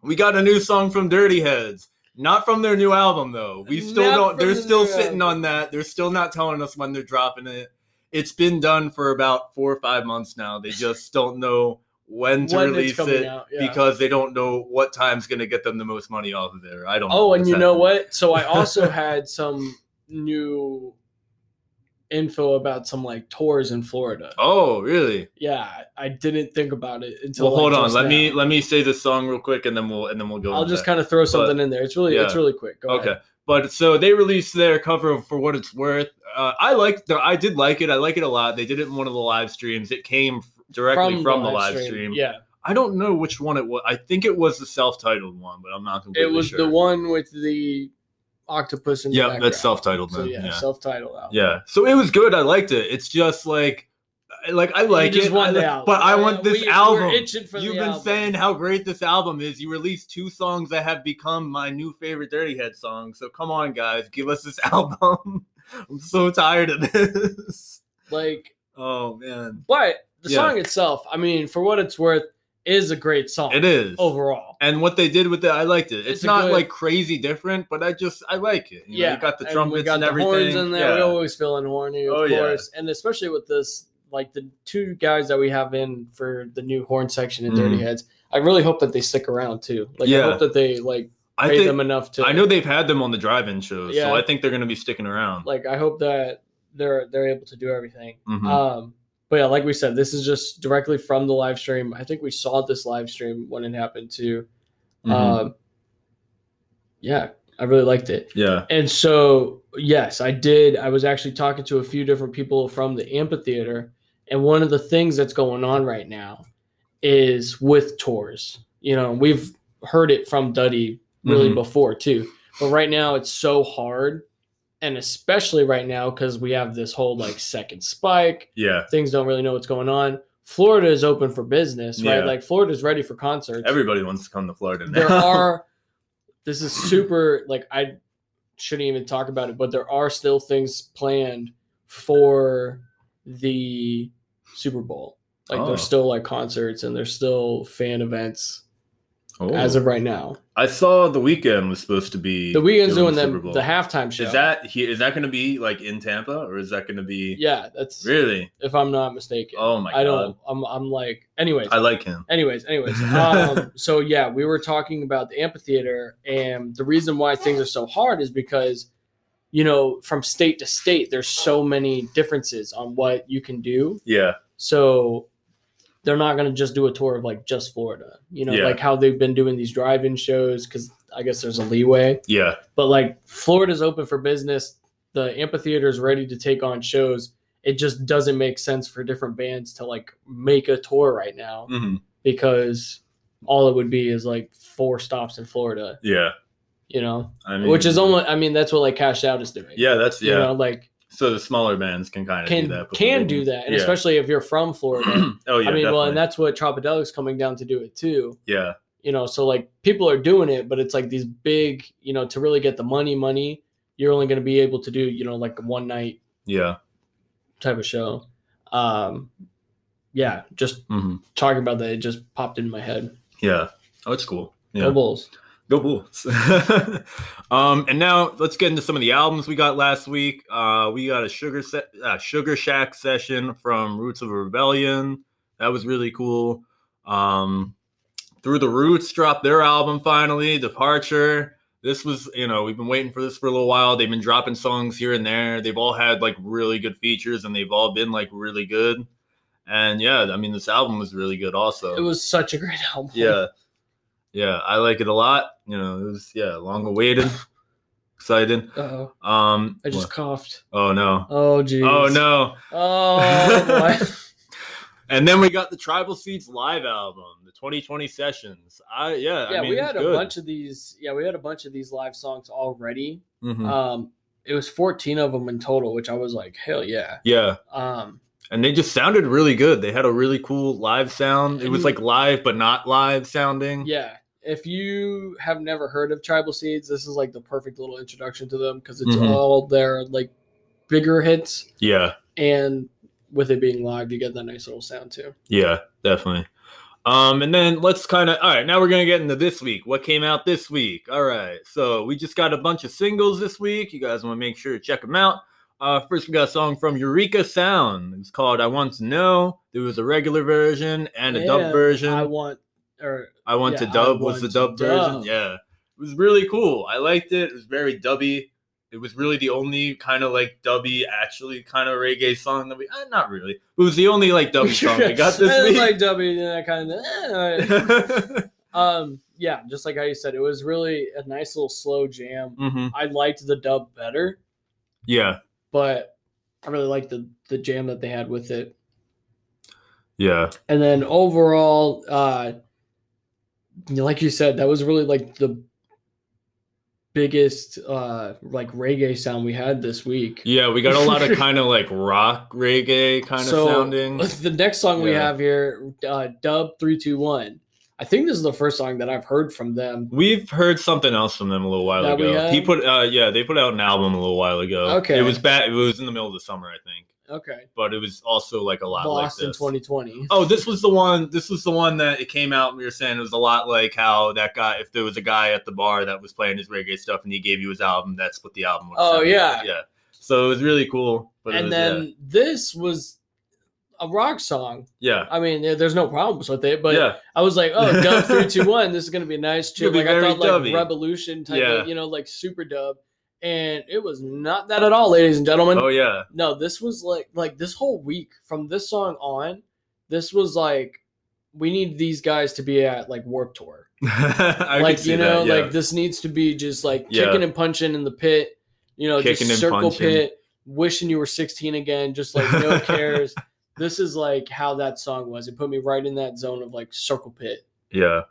we got a new song from Dirty Heads. Not from their new album though. We still
Not
don't.
from
They're
the
still
new
sitting
album.
on that. They're still not telling us when they're dropping it. It's been done for about four or five months now. They just don't know when to
When it's
release
coming
it
out, yeah.
because they don't know what time's going to get them the most money off of there. I don't.
Oh, and
what's
you know
happening.
what? So I also had some new info about some like tours in Florida.
Oh, really?
Yeah, I didn't think about it until.
Well,
like,
hold on.
just
Let
now.
me let me say this song real quick, and then we'll and then we'll go.
I'll
into
just
that.
kind of throw something in there. It's really, it's
yeah.
really quick. Go
okay.
ahead.
But so they released their cover of for what it's worth. Uh, I like the I did like it. I like it a lot. They did it in one of the live streams. It came f- directly from, the live stream.
Yeah,
I don't know which one it was. I think it was the self-titled one, but I'm not
it
completely
was
sure.
the one with the octopus in the
Yeah, that's
background.
self-titled.
So
then.
yeah,
yeah.
self-titled album.
Yeah. So it was good. I liked it. It's just like, I- like I like
just
it,
want
I
the
like-
album.
but I want
Yeah,
this
we- we're
album.
itching for the
You've been
album.
saying how great this album is. You released two songs that have become my new favorite Dirty Head songs. So come on, guys, give us this album. I'm so tired of this.
Like,
Oh man,
but the
Yeah.
song itself, I mean, for what it's worth, is a great song.
it is
overall.
And what they did with it, I liked it. It's,
It's a
not
good-
like crazy different, but I just I like it. You know,
yeah,
you got the
and
trumpets
we got
and
the
everything.
horns in there. We
Yeah.
always feeling horny, of
Oh, yeah.
course, and especially with this, like the two guys that we have in for the new horn section in Dirty
Mhm.
Heads. I really hope that they stick around too. Like
Yeah.
I hope that they like
I
pay
think
them enough to.
I know they've had them on the drive-in shows,
Yeah.
so I think they're going to be sticking around.
Like I hope that they're they're able to do everything.
Mhm.
Um, but yeah, like we said, this is just directly from the live stream. I think we saw this live stream when it happened too.
Mhm.
Um, yeah, I really liked it.
yeah.
And so, yes, I did. I was actually talking to a few different people from the amphitheater. And one of the things that's going on right now is with tours. You know, we've heard it from Duddy really
Mhm.
before too. But right now it's so hard. And especially right now because we have this whole like second spike,
Yeah.
things don't really know what's going on. Florida is open for business,
Yeah.
right? Like Florida's ready for concerts
Everybody wants to come to Florida now.
there are this is super like i shouldn't even talk about it but there are still things planned for the super bowl like
Oh.
there's still like concerts and there's still fan events
Oh.
as of right now
I saw the weekend was supposed to be
the weekend's doing,
the
them
Super Bowl.
the halftime show
Is that he, is that going to be like in Tampa or is that going to be
yeah that's
really?
if i'm not mistaken
Oh my
i
god!
don't i'm, I'm like anyways
I like him.
Anyways, anyways, um, so yeah, we were talking about the amphitheater, and the reason why things are so hard is because, you know, from state to state, there's so many differences on what you can do.
Yeah.
So they're not going to just do a tour of like just Florida, you know,
Yeah.
like how they've been doing these drive-in shows because I guess there's a leeway.
Yeah.
But like Florida's open for business, the amphitheater is ready to take on shows. It just doesn't make sense for different bands to like make a tour right now
hmm
because all it would be is like four stops in Florida,
Yeah.
you know,
I mean,
which is almost, I mean, that's what like Cash Out is doing.
yeah. That's
You
yeah.
know, like
So the smaller bands can kind of
can
do that. but
can
they-
do that, and
yeah.
especially if you're from Florida.
oh yeah,
I mean, well, and
definitely.
that's what Tropidelic's coming down to do it too.
yeah,
You know, so like people are doing it, but it's like these big, you know, to really get the money, money, you're only going to be able to do, you know, like one night
yeah,
type of show. Um, yeah, just
hmm
talking about that, it just popped in my head.
yeah. Oh, it's cool. Yeah.
Go Bulls.
Go Bulls. um, and now let's get into some of the albums we got last week. Uh, we got a Sugar se- uh, Sugar Shack session from Roots of Rebellion. That was really cool. Um, Through the Roots dropped their album finally, Departure. This was, you know, we've been waiting for this for a little while. They've been dropping songs here and there. They've all had like really good features and they've all been like really good. And yeah, I mean, this album was really good also
It was such a great album.
yeah yeah i like it a lot you know it was yeah long awaited excited
Oh,
um
I just
what-
coughed.
oh no
Oh, geez.
oh no
Oh, boy.
and then we got the tribal seeds live album the 2020 sessions i yeah
yeah,
I mean,
we
it's
had a
good.
bunch of these. Yeah, we had a bunch of these live songs already.
Mhm.
Um, it was 14 of them in total, which I was like, hell yeah.
yeah
Um,
and they just sounded really good they had a really cool live sound it was like live but not live sounding
Mhm. yeah. If you have never heard of Tribal Seeds, this is like the perfect little introduction to them because it's
Mhm.
all their like bigger hits,
yeah
and with it being live, you get that nice little sound too.
Yeah, definitely. Um, and then let's kind of all right. Now we're gonna get into this week. What came out this week? All right. So we just got a bunch of singles this week. You guys want to make sure to check them out. Uh, first we got a song from Eureka Sound. It's called "I Want to Know." There was a regular version and a dub
And
version.
I
I,
want or
want
yeah,
to
I
dub was
Want
the
to
dub version.
Dub.
Yeah, it was really cool. I liked it. It was very dubby. It was really the only kind of like dubby, actually kind of reggae song that we. Uh, not really. It was the only like dubby song we got
I
this week.
like W and I kind of
mm-hmm.
um yeah, just like how you said, it was really a nice little slow jam. I liked the dub better,
Yeah,
but I really liked the the jam that they had with it.
yeah,
And then overall, uh like you said, that was really like the biggest uh like reggae sound we had this week.
yeah. We got a lot of kind of like rock reggae kind of sounding.
The next song we
Yeah.
have here, uh, Dub Three Two One. I think this is the first song that I've heard from them.
We've heard something else from them a little while
That we
ago. He
had?
put, uh, yeah, they put out an album a little while ago.
Okay.
it was bad. It was in the middle of the summer, I think,
Okay,
but it was also Mm-hmm. like a lot
Lost
like
in
this.
2020.
Oh, this was the one. This was the one that it came out. and We were saying it was a lot like how that guy. If there was a guy at the bar that was playing his reggae stuff and he gave you his album, that's what the album. would
Oh,
sound like.
yeah.
yeah. So it was really cool. But it
and
was,
then this was a rock song.
yeah, yeah,
I mean, there- there's no problems with it, but
yeah.
I was like, oh, Dub Three Two One. This is gonna be a nice. Chill.
It'll be
Like I
very
thought, like
dubby.
Revolution type,
Yeah.
of, you know, like super dub, and it was not that at all, ladies and gentlemen.
Oh yeah,
No, this was like like this whole week from this song on, this was like we need these guys to be at like Warp Tour.
I
like
could see
you know,
that, yeah.
like this needs to be just like
Yeah.
kicking and punching in the pit, you know,
Kicking and
just circle
punching.
pit, wishing you were 16 again, just like no cares. this is like how that song was. It put me right in that zone of like circle pit.
yeah.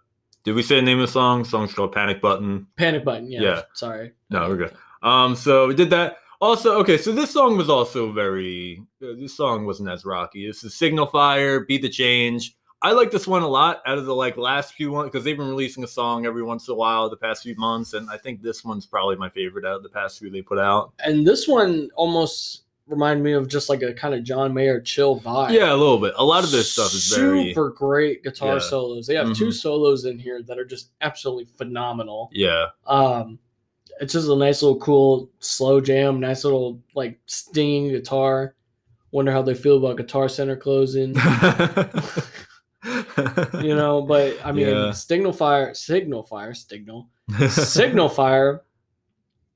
Did we say the name of the song? The song's called Panic Button.
Panic button, yeah.
Yeah.
Sorry.
No, we're good. Um, so we did that. Also, okay, so this song was also very. uh, This song wasn't as rocky. This is Signal Fire, Be the Change. I like this one a lot out of the like last few ones because they've been releasing a song every once in a while the past few months, and I think this one's probably my favorite out of the past few they put out.
And this one almost reminded me of just like a kind of John Mayer chill vibe.
Yeah, a little bit. A lot of this stuff is very.
super great guitar
Yeah. Mm-hmm.
solos. They have two solos in here that are just absolutely phenomenal.
Yeah,
Um, it's just a nice little cool slow jam, nice little like stinging guitar. Wonder how they feel about Guitar Center closing, you know. But I mean,
Yeah.
Signal Fire, Signal Fire, Signal, Signal Fire.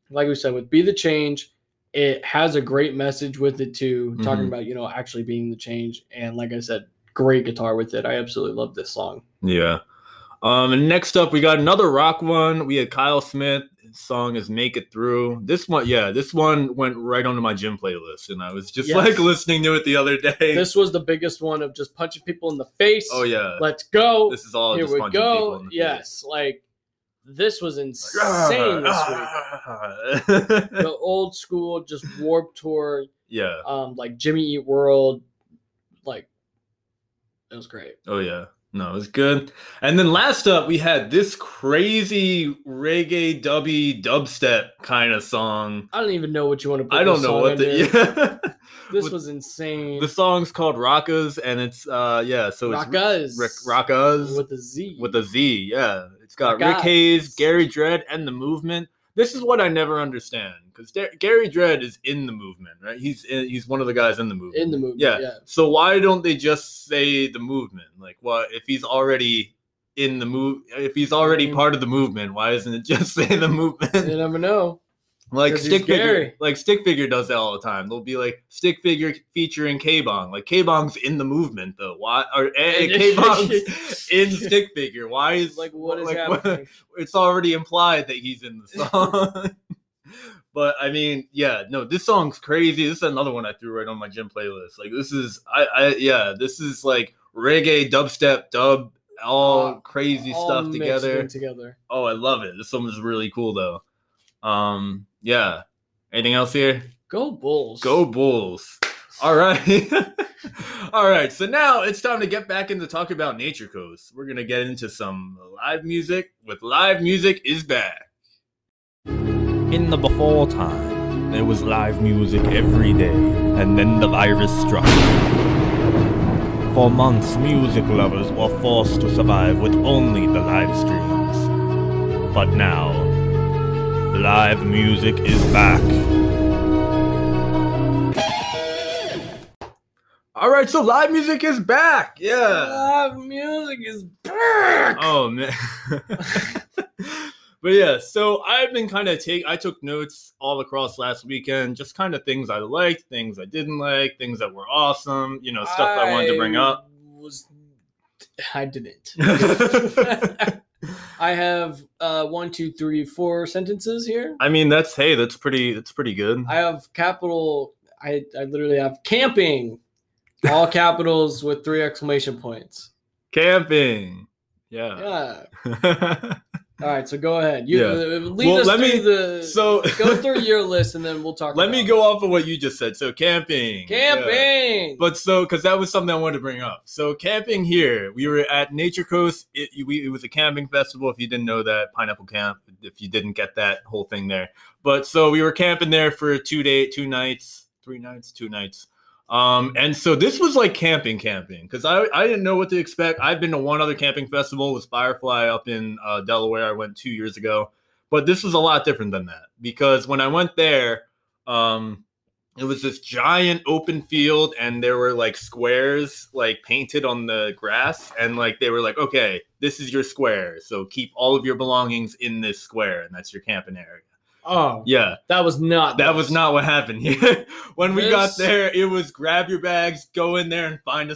Like we said, with Be the Change, it has a great message with it too, talking
Mhm.
about you know actually being the change. And like I said, great guitar with it. I absolutely love this song.
Yeah. Um, and next up, we got another rock one. We had Kyle Smith. His song is "Make It Through." This one, yeah, this one went right onto my gym playlist, and I was just
Yes.
like listening to it the other day.
This was the biggest one of just punching people in the face.
oh yeah,
Let's go.
this is all
Here
just
we
punching people
go.
in the face. "Ah!"
Yes. Like this was insane this week. The old school, just warp tour,
yeah.
um, like Jimmy Eat World, like it was great.
Oh yeah. No, it's good. And then last up, we had this crazy reggae dubby dubstep kind of song.
I don't even know what you want to. Put
I don't
this
know
song
what the
under.
yeah.
This
with-
was insane.
the song's called Rakas, and it's uh yeah, so it's
Rakas.
Rick Rakas
with a E. Z.
with a Z. Yeah, it's got
Rakas.
Rick Hayes, Gary Dredd, and the Movement. This is what I never understand because Gary Dredd is in the Movement, right? He's in, he's one of the guys in the Movement.
in the movie.
Yeah.
Yeah.
So why don't they just say the movement? Like, what if he's already in the move? If he's already
Mhm.
part of the movement, why isn't it just say the
You
movement?
never know.
like
'Cause he's
stick figure,
Gary.
like stick figure does that all the time. They'll be like stick figure featuring K Bong. Like K Bong's in the movement though. Why or K Bong's in stick figure? Why is
Like what is
like,
happening?
it's already implied that he's in the song. but I mean, yeah, no, this song's crazy. This is another one I threw right on my gym playlist. Like this is, I, I yeah, this is like reggae, dubstep, dub, all
All-
crazy
All
stuff
mixed
together.
in together.
oh, I love it. This song's really cool though. Um, yeah. Anything else here?
Go Bulls.
Go Bulls. All right. All right. So now it's time to get back into talk about Nature Coast. We're going to get into some live music with Live Music is Back.
In the before time, there was live music every day, and then the virus struck. For months, music lovers were forced to survive with only the live streams. But now, live music is back.
All right. So live music is back. Yeah.
Live music is back.
Oh, man. but yeah, so I've been kind of take I took notes all across last weekend, just kind of things I liked, things I didn't like, things that were awesome, you know, stuff I wanted to bring up.
Was I didn't.
I
I have uh, one, two, three, four sentences here.
mean, that's hey, that's pretty, that's pretty good.
I have capital. I, I literally have camping, all capitals with three exclamation points.
Camping, yeah.
Yeah. All right. So go ahead. You
Yeah.
uh, lead
Well,
us
let me-
through the.
so
go through your list and then we'll talk.
Let me
about
go off of what you just said. So camping,
it.
yeah.
camping.
But so, because that was something I wanted to bring up. So camping here, we were at Nature Coast. It, we, it was a camping festival. If you didn't know that, Pineapple Camp. If you didn't get that whole thing there, but so we were camping there for two day, two nights, three nights, two nights. Um, and so this was like camping, camping, because I, I didn't know what to expect. I've been to one other camping festival, it was Firefly up in uh, Delaware. I went two years ago, but this was a lot different than that because when I went there, um, it was this giant open field, and there were like squares like painted on the grass, and like they were like, okay, this is your square, so keep all of your belongings in this square, and that's your camping area.
oh,
Yeah,
that was not.
that was not what happened here. when we got
This-
there, it was grab your bags, go in there, and find a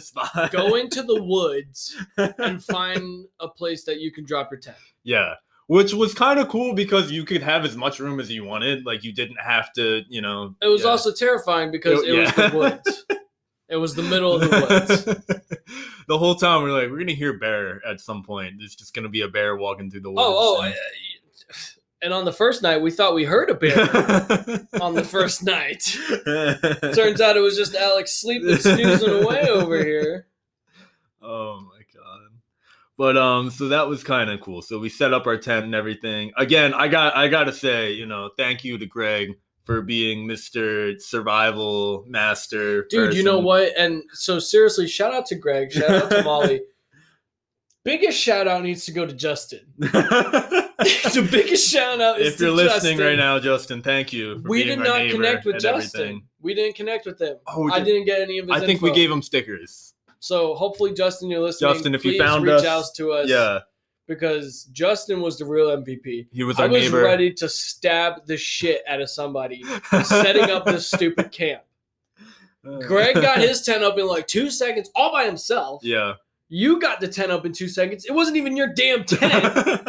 spot.
Go into the woods and find a place that you can drop your tent.
yeah, which was kind of cool because you could have as much room as you wanted. Like you didn't have to, you know.
It was
yeah.
also terrifying because
It-
it,
yeah.
was the woods. It was the middle of the woods.
the whole time we are like, we're gonna hear bear at some point. There's just gonna be a bear walking through the woods.
Oh, oh.
and-
uh, And on the first night, we thought we heard a bear on the first night. Turns out it was just Alex sleeping, snoozing away over here.
Oh my god. But um so that was kind of cool. So we set up our tent and everything. Again, I got I got to say, you know, thank you to Greg for being Mr. Survival Master.
Dude, you know
person.
what? And so, seriously, shout out to Greg. Shout out to Molly. Biggest shout out needs to go to Justin. the biggest shout out is
if you're
to
listening
Justin.
right now, Justin, thank you. for
we
being
did
our
not
neighbor
connect with
and
Justin.
everything.
We didn't connect with him.
Oh, we
I
did-
didn't get any of his.
I think we
info.
gave him stickers.
So hopefully, Justin, you're listening.
Justin, if you
please
found
reach
us,
out to us,
Yeah,
because Justin was the real MVP.
he was our
I was
neighbor.
ready to stab the shit out of somebody setting up this stupid camp. Greg got his tent up in like two seconds all by himself.
Yeah.
You got the tent up in two seconds. It wasn't even your damn tent.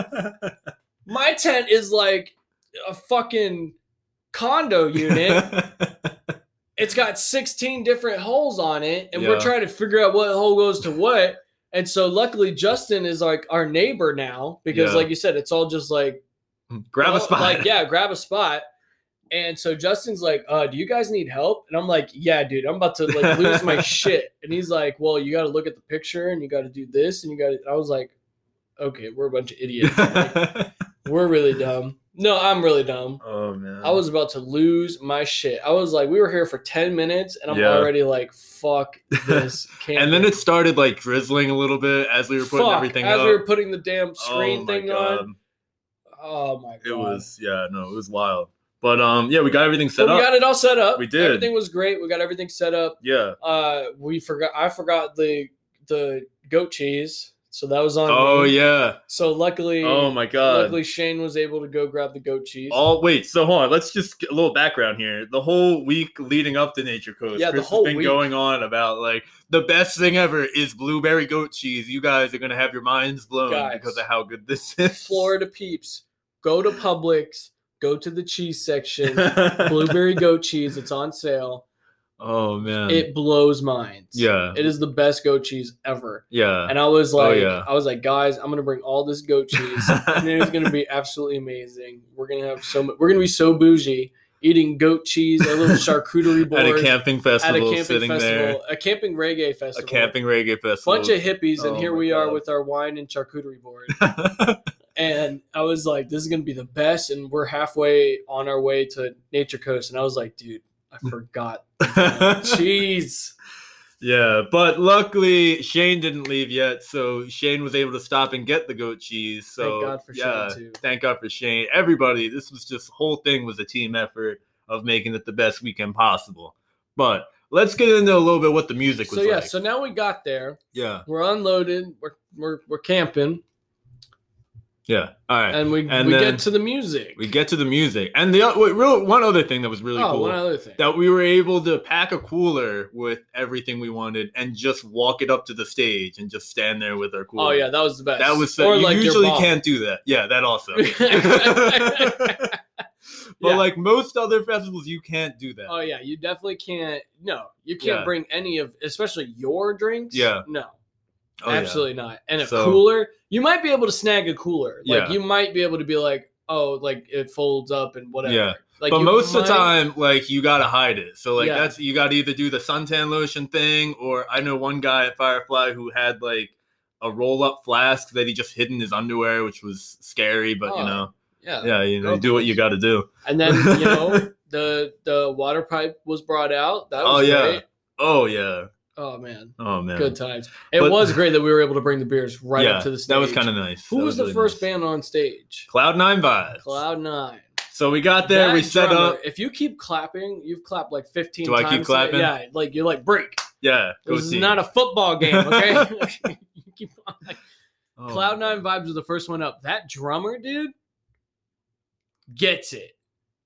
My tent is like a fucking condo unit. it's got 16 different holes on it, and
Yeah.
we're trying to figure out what hole goes to what. And so luckily Justin is like our neighbor now because
Yeah.
like you said, it's all just like
Grab
well,
a spot.
Like, yeah, grab a spot. And so Justin's like, uh, do you guys need help? And I'm like, yeah, dude, I'm about to like lose my shit. And he's like, well, you got to look at the picture and you got to do this and you got to. I was like, okay, we're a bunch of idiots. Like, we're really dumb. No, I'm really dumb.
Oh man.
I was about to lose my shit. I was like, we were here for 10 minutes and I'm
Yeah.
already like, fuck this. Can't
and then it started like drizzling a little bit as we were putting
fuck,
everything
as
up.
we were putting the damn screen
Oh, my
thing
God.
on. Oh my god.
It was yeah, no, it was wild. But um yeah, we got everything set
But we
up.
got it all set up.
We did.
Everything was great. We got everything set up.
yeah.
Uh, we forgot. I forgot the the goat cheese, so that was on.
Oh
me.
yeah.
So luckily,
Oh my god.
luckily Shane was able to go grab the goat cheese.
All wait, so hold on. Let's just get a little background here. The whole week leading up to Nature Coast,
Yeah, the
Chris
whole
has been
week.
going on about like the best thing ever is blueberry goat cheese. You guys are gonna have your minds blown
Guys.
because of how good this is.
Florida peeps, go to Publix, go to the cheese section. Blueberry goat cheese. It's on sale.
Oh man.
It blows minds.
yeah.
It is the best goat cheese ever.
yeah.
And I was like,
Oh, yeah.
I was like, guys, I'm gonna bring all this goat cheese, and it is gonna be absolutely amazing. We're gonna have so much. We're gonna be so bougie eating goat cheese, a little charcuterie board
at a camping
at a
festival,
camping
sitting
festival,
there,
a camping reggae
a
festival,
camping reggae festival.
bunch of hippies, and
Oh
here
my
we are
God.
with our wine and charcuterie board. and I was like, this is gonna be the best, and we're halfway on our way to Nature Coast, and I was like, dude, I forgot cheese.
yeah, but luckily Shane didn't leave yet, so Shane was able to stop and get the goat cheese. So
Thank God for Shane,
yeah,
too.
Thank God for Shane. Everybody, this was just whole thing was a team effort of making it the best weekend possible. But let's get into a little bit what the music was
So yeah,
like.
so now we got there.
yeah,
We're unloaded. We're we're, we're camping.
yeah. All right.
and we
And
we
then
get to the music.
we get to the music, and the o- wait, real one other thing that was really
oh,
cool.
one other thing.
that we were able to pack a cooler with everything we wanted and just walk it up to the stage and just stand there with our cooler.
oh yeah, that was the best.
that was so,
so,
you usually can't do that. Yeah, that also. but
Yeah.
like most other festivals, you can't do that.
Oh yeah, you definitely can't. No, you can't
Yeah.
bring any of, especially your drinks.
Yeah.
no,
Oh, yeah.
absolutely not. And a
So-
cooler, you might be able to snag a cooler. Like
Yeah.
you might be able to be like, oh, like it folds up and whatever.
Yeah.
Like,
but
you
most of the
might-
time, like you gotta hide it. So like
Yeah.
that's you gotta either do the suntan lotion thing, or I know one guy at Firefly who had like a roll up flask that he just hid in his underwear, which was scary. But you
Oh,
know,
yeah.
yeah, you know,
Go
you do what
for
you
it.
gotta do.
And then you know the the water pipe was brought out. That
Oh,
was
yeah.
great.
Oh yeah.
Oh man.
Oh man.
Good times. It
But-
was great that we were able to bring the beers right
yeah,
up to the stage.
That was kind of nice.
Who
That
was, the
really
first
nice.
band on stage?
Cloud Nine vibes.
Cloud Nine.
So we got there.
That
we set
drummer,
up.
If you keep clapping, you've clapped like fifteen.
Do I keep
times today.
clapping?
Yeah, like you're like break.
Yeah. Go
This is
team.
not a football game, okay? You keep on, like,
Oh,
Cloud
my
Nine vibes was the first one up. That drummer dude gets it.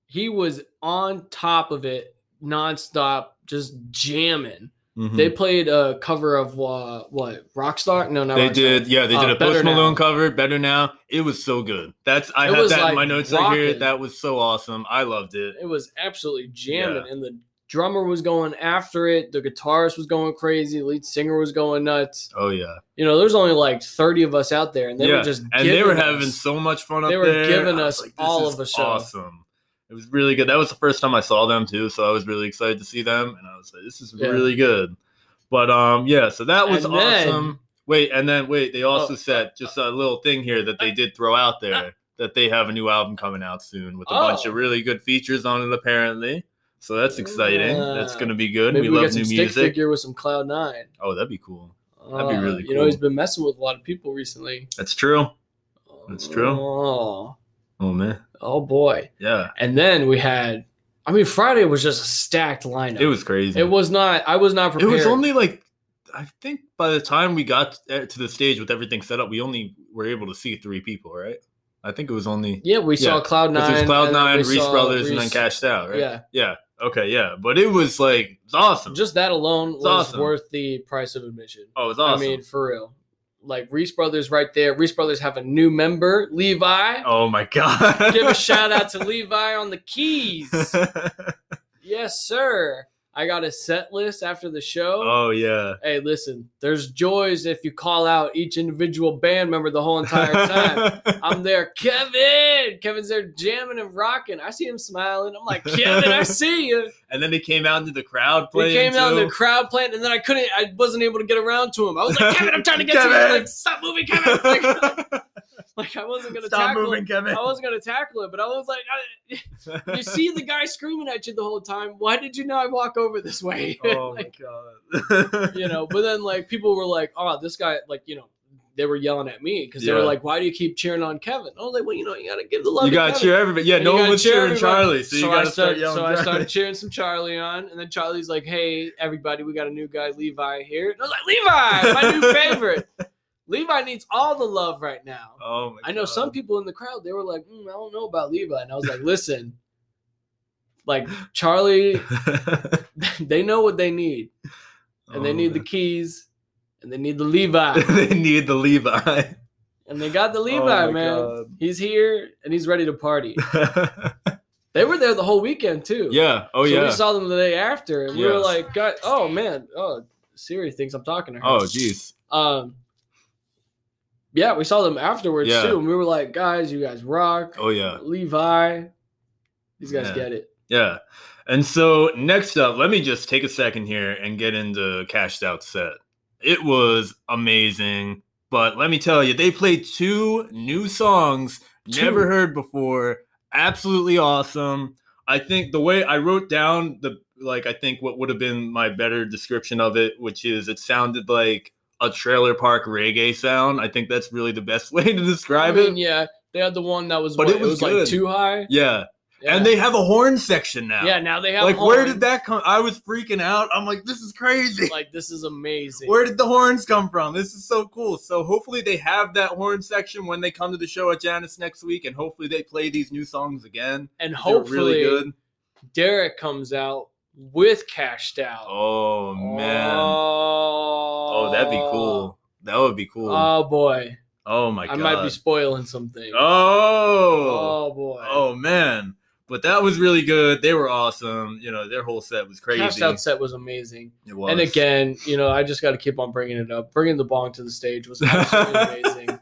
He was on top of it nonstop, just jamming.
God. Mhm.
They played a cover of uh, what Rockstar? No, not
They
Rockstar.
did, yeah. They did
Uh,
a
Better
Post
Now.
Malone cover, "Better Now." It was so good. That's I
It
have
was,
that in
like,
my notes right here.
rocking.
That was so awesome. I loved it.
It was absolutely jamming, and the drummer was going after it. The guitarist was going crazy. The lead singer was going nuts.
Oh yeah,
You know, there's only like 30 of us out there, and they
yeah.
were just
and they
giving
were
us-
having so much fun up
They were
there.
giving
I was
us
like, this
all
is
of a show.
Awesome. It was really good. That was the first time I saw them too, so I was really excited to see them, and I was like, "This is
Yeah.
really good." But um, yeah. So that was
And then-
awesome. Wait, and then wait. They also
Oh,
said just a little thing here that they did throw out there that they have a new album coming out soon with a bunch
Oh.
of really good features on it, apparently. So that's exciting. that's
Yeah.
gonna be good.
Maybe
we
we,
love
got some
new
stick
music.
figure with some Cloud Nine.
Oh, that'd be cool. That'd be
Uh,
really
You know, he's
cool.
been messing with a lot of people recently.
That's true. That's true.
Oh,
Oh man.
oh boy.
Yeah.
And then we had, I mean, Friday was just a stacked lineup.
It was crazy.
It was not. I was not
It
prepared.
was only like I think by the time we got eh, to the stage with everything set up, we only were able to see three people, right? I think it was only
Yeah, we saw
Yeah,
Cloud
because
Nine.
it was Cloud
and then
Nine,
we
Reese
saw
Brothers, and then
Reese-
Cashed Out, right?
Yeah.
Yeah. Okay. Yeah. But it was like it's awesome.
Just that alone was
awesome.
worth the price of admission.
oh, it's awesome.
I mean, for real. Like Reese Brothers right there. Reese Brothers have a new member, Levi.
oh my god.
Give a shout out to Levi on the keys. yes, sir. I got a set list after the show.
Oh yeah.
Hey, listen, there's joys if you call out each individual band member the whole entire time. I'm there, Kevin. Kevin's there jamming and rocking. I see him smiling. I'm like, Kevin, I see you.
and then they came out into the crowd
He
playing.
came out in
too.
the crowd playing, and then I couldn't, I wasn't able to get around to him. I was like, Kevin, I'm trying to get to him.
Kevin!
Like, stop moving, Kevin. Like, like, I wasn't gonna
Stop
tackle
moving,
him.
Kevin.
I wasn't gonna tackle it, but I was like, I, you see the guy screaming at you the whole time. Why did you not walk over this way?
oh
Like,
my god.
you know, but then like people were like, oh, this guy, like, you know, they were yelling at me because they were
Yeah.
like, why do you keep cheering on Kevin? I was like, well, you know, you gotta give the love.
you
to
gotta
Kevin.
cheer everybody. Yeah,
And
no
you
one
gotta
was
cheer
cheering
everybody.
Charlie, so, you
I
gotta start
started-
yelling.
So I
Charlie.
started cheering some Charlie on, and then Charlie's like, "Hey, everybody, we got a new guy, Levi here." And I was like, "Levi, my new favorite. Levi needs all the love right now."
Oh my
I know
God.
some people in the crowd they were like, mm, "I don't know about Levi," and I was like, "Listen, like Charlie, they know what they need, and they
Oh,
need the
man.
keys, and they need the Levi."
they need the Levi.
And they got the Levi,
Oh my
man.
God.
He's here and he's ready to party. they were there the whole weekend too.
yeah. Oh
so
yeah.
We saw them the day after, and we were
Yes.
like, God, "Oh man, oh Siri thinks I'm talking to her."
oh jeez.
Um, yeah, we saw them afterwards
Yeah.
too, and we were like, "Guys, you guys rock."
Oh yeah.
Levi, these guys
Yeah.
get it.
Yeah. And so next up, let me just take a second here and get into Cashed Out set. It was amazing, but let me tell you, they played two new songs never heard before. Absolutely awesome. I think the way I wrote down the like I think what would have been my better description of it, which is it sounded like a trailer park reggae sound. I think that's really the best way to
I
describe
mean,
it.
yeah, they had the one that was,
But
what,
it was
like
good.
too high,
Yeah.
yeah.
And they have a horn section now
yeah, now they have
like where
horns.
did that come i was freaking out i'm like this is crazy
like this is amazing.
where did the horns come from this is so cool so hopefully they have that horn section when they come to the show at janice next week and hopefully they play these new songs again
and
They're
hopefully,
really good
Derek comes out with cashed out.
oh man
Oh,
oh that'd be cool that would be cool
Oh boy,
oh my
I
god
might be spoiling something.
oh
Oh, boy.
oh man but that was really good they were awesome you know their whole set was crazy
Cashed out set was amazing.
it was
And again, you know, I just got to keep on bringing it up. Bringing the bong to the stage was absolutely amazing.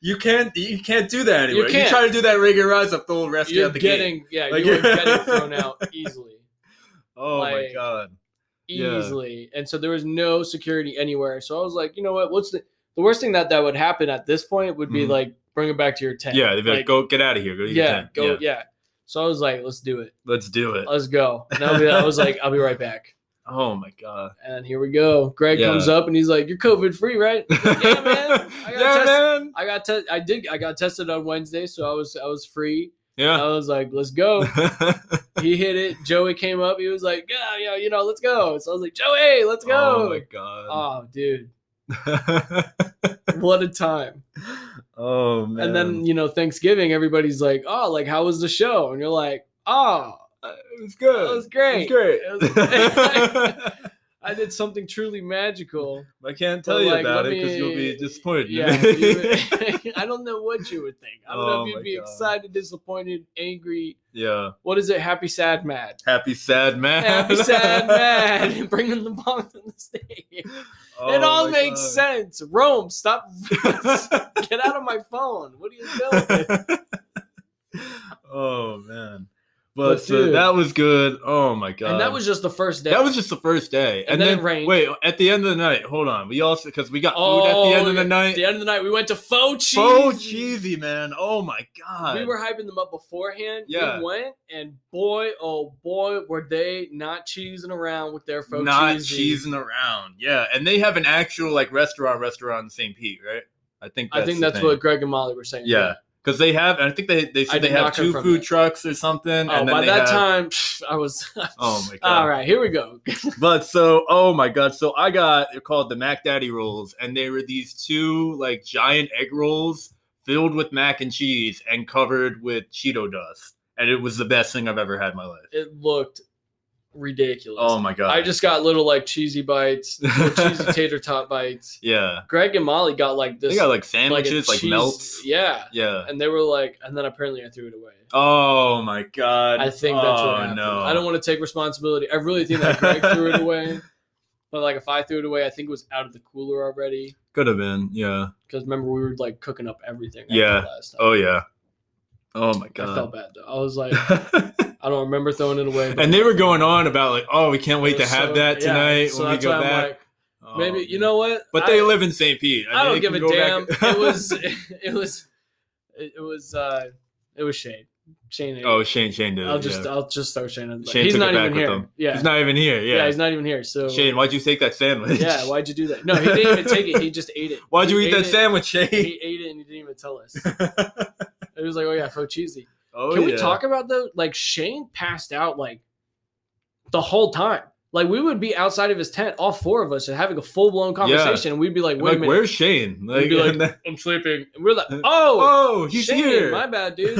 you can't you can't do that anymore you,
can't.
try to do that reggae rise up the whole rest
You're
of the game.
getting, yeah,
Like-
you were getting thrown out easily.
Oh
Like-
my god. Yeah.
easily. And so there was no security anywhere. So I was like, you know what? What's the the worst thing that that would happen at this point would be
Mhm.
like bring it back to your tent.
Yeah, they'd be like, go get out of here. Go to your
yeah,
tent.
go, yeah.
yeah.
So I was like, let's do it.
Let's do it.
Let's go. And I'll be, I was like, I'll be right back.
Oh my god.
And here we go. Greg
Yeah.
comes up and he's like, "You're COVID free, right?" I was like, yeah, man. I got
yeah,
tested.
man.
I got te- I did. I got tested on Wednesday, so I was I was free. I
Yeah.
was like, "Let's go." he hit it. Joey came up. He was like, "Yeah, yeah, you know, let's go." So I was like, "Joey, let's
oh my
go."
god.
Oh, dude. what a time
oh man.
and then you know thanksgiving everybody's like oh like how was the show and you're like oh
Uh, it was
that
good.
was great
It was great.
It was- i did something truly magical
I can't tell
But,
you
like,
about
let
it because you'll be
me-
disappointed. in
yeah
me.
you- i don't know what you would think i don't know
Oh
if
my
you'd be
God.
excited disappointed angry
yeah.
what is it happy sad mad
Happy sad man.
happy sad mad bringing the bomb on the stage
Oh
it all
my
makes
God.
sense rome stop get out of my phone what are you doing
oh man.
But,
But, so
dude.
that was good. Oh my god.
and that was just the first day
That was just the first day,
And then it rained.
Wait, at the end of the night, hold on. We also because we got food at the end of the
Oh, yeah.
night.
The end of the night, we went to Faux Cheese.
so cheesy, man. Oh my god.
We were hyping them up beforehand.
Yeah.
We went, and boy, oh boy, were they not cheesing around with their Faux
not
Cheesy.
cheesing around. Yeah, and they have an actual like restaurant, restaurant in St. Pete, right? I think. That's
I think
the
that's
thing.
what Greg and Molly were saying.
Yeah, because they have. And I think they they
I
said they
did
have
not
two
confirm
food
that.
trucks or something.
Oh,
and then
by
they
that
have-
time, I was.
Oh my god.
All right, here we go.
But so, oh my god! So I got they're called the Mac Daddy rolls, and they were these two like giant egg rolls filled with mac and cheese and covered with Cheeto dust, and it was the best thing I've ever had in my life.
It looked ridiculous.
Oh my god.
I just got little like cheesy bites, little cheesy tater tot bites.
yeah.
Greg and Molly got like this.
They got like
a
sandwiches, like,
cheese-
melts.
Yeah.
Yeah.
And they were like, and then apparently I threw it away.
Oh my god.
I think that's
oh,
what happened.
no.
I don't want to take responsibility. I really think that Greg threw it away. But like, if I threw it away, I think it was out of the cooler already.
Could have been. Yeah.
Because remember, we were like cooking up everything. after
Yeah.
Last time.
Oh yeah. Oh my
I
god.
felt bad though. I was like, I don't remember throwing it away. but-
And they were going on about like, oh, we can't wait
It
to
was
have
so-
that
yeah,
tonight
so
when we
that's
go
why I'm
back.
like,
Oh,
maybe you
man.
know what?
But they
I-
live in St. Pete.
I,
mean,
don't
they
give
can
a
go
damn.
back-
it was it was it, it was uh it was Shane. Shane.
oh, Shane. Shane did. it,
I'll just
yeah.
I'll just throw Shane. in the-
Shane
he's
took
not
it back
even
with
here.
him.
Yeah.
He's not even here. Yeah.
yeah. He's not even here. So
Shane, why'd you take that sandwich?
yeah, why'd you do that? No, he didn't even take it. He just ate it.
Why'd
He
you eat
ate
that
it.
sandwich, Shane?
He ate it and he didn't even tell us. it was like, oh yeah, faux cheesy.
oh,
Can we
yeah.
talk about though? Like Shane passed out like the whole time. Like we would be outside of his tent, all four of us, and having a full blown conversation, and we'd be like,
I'm
"Wait a
Like,
minute,
where's Shane?
We'd
Like,
be
and then-
like, I'm sleeping. And we're like, oh,
oh, he's
Shane,
here.
My bad, dude.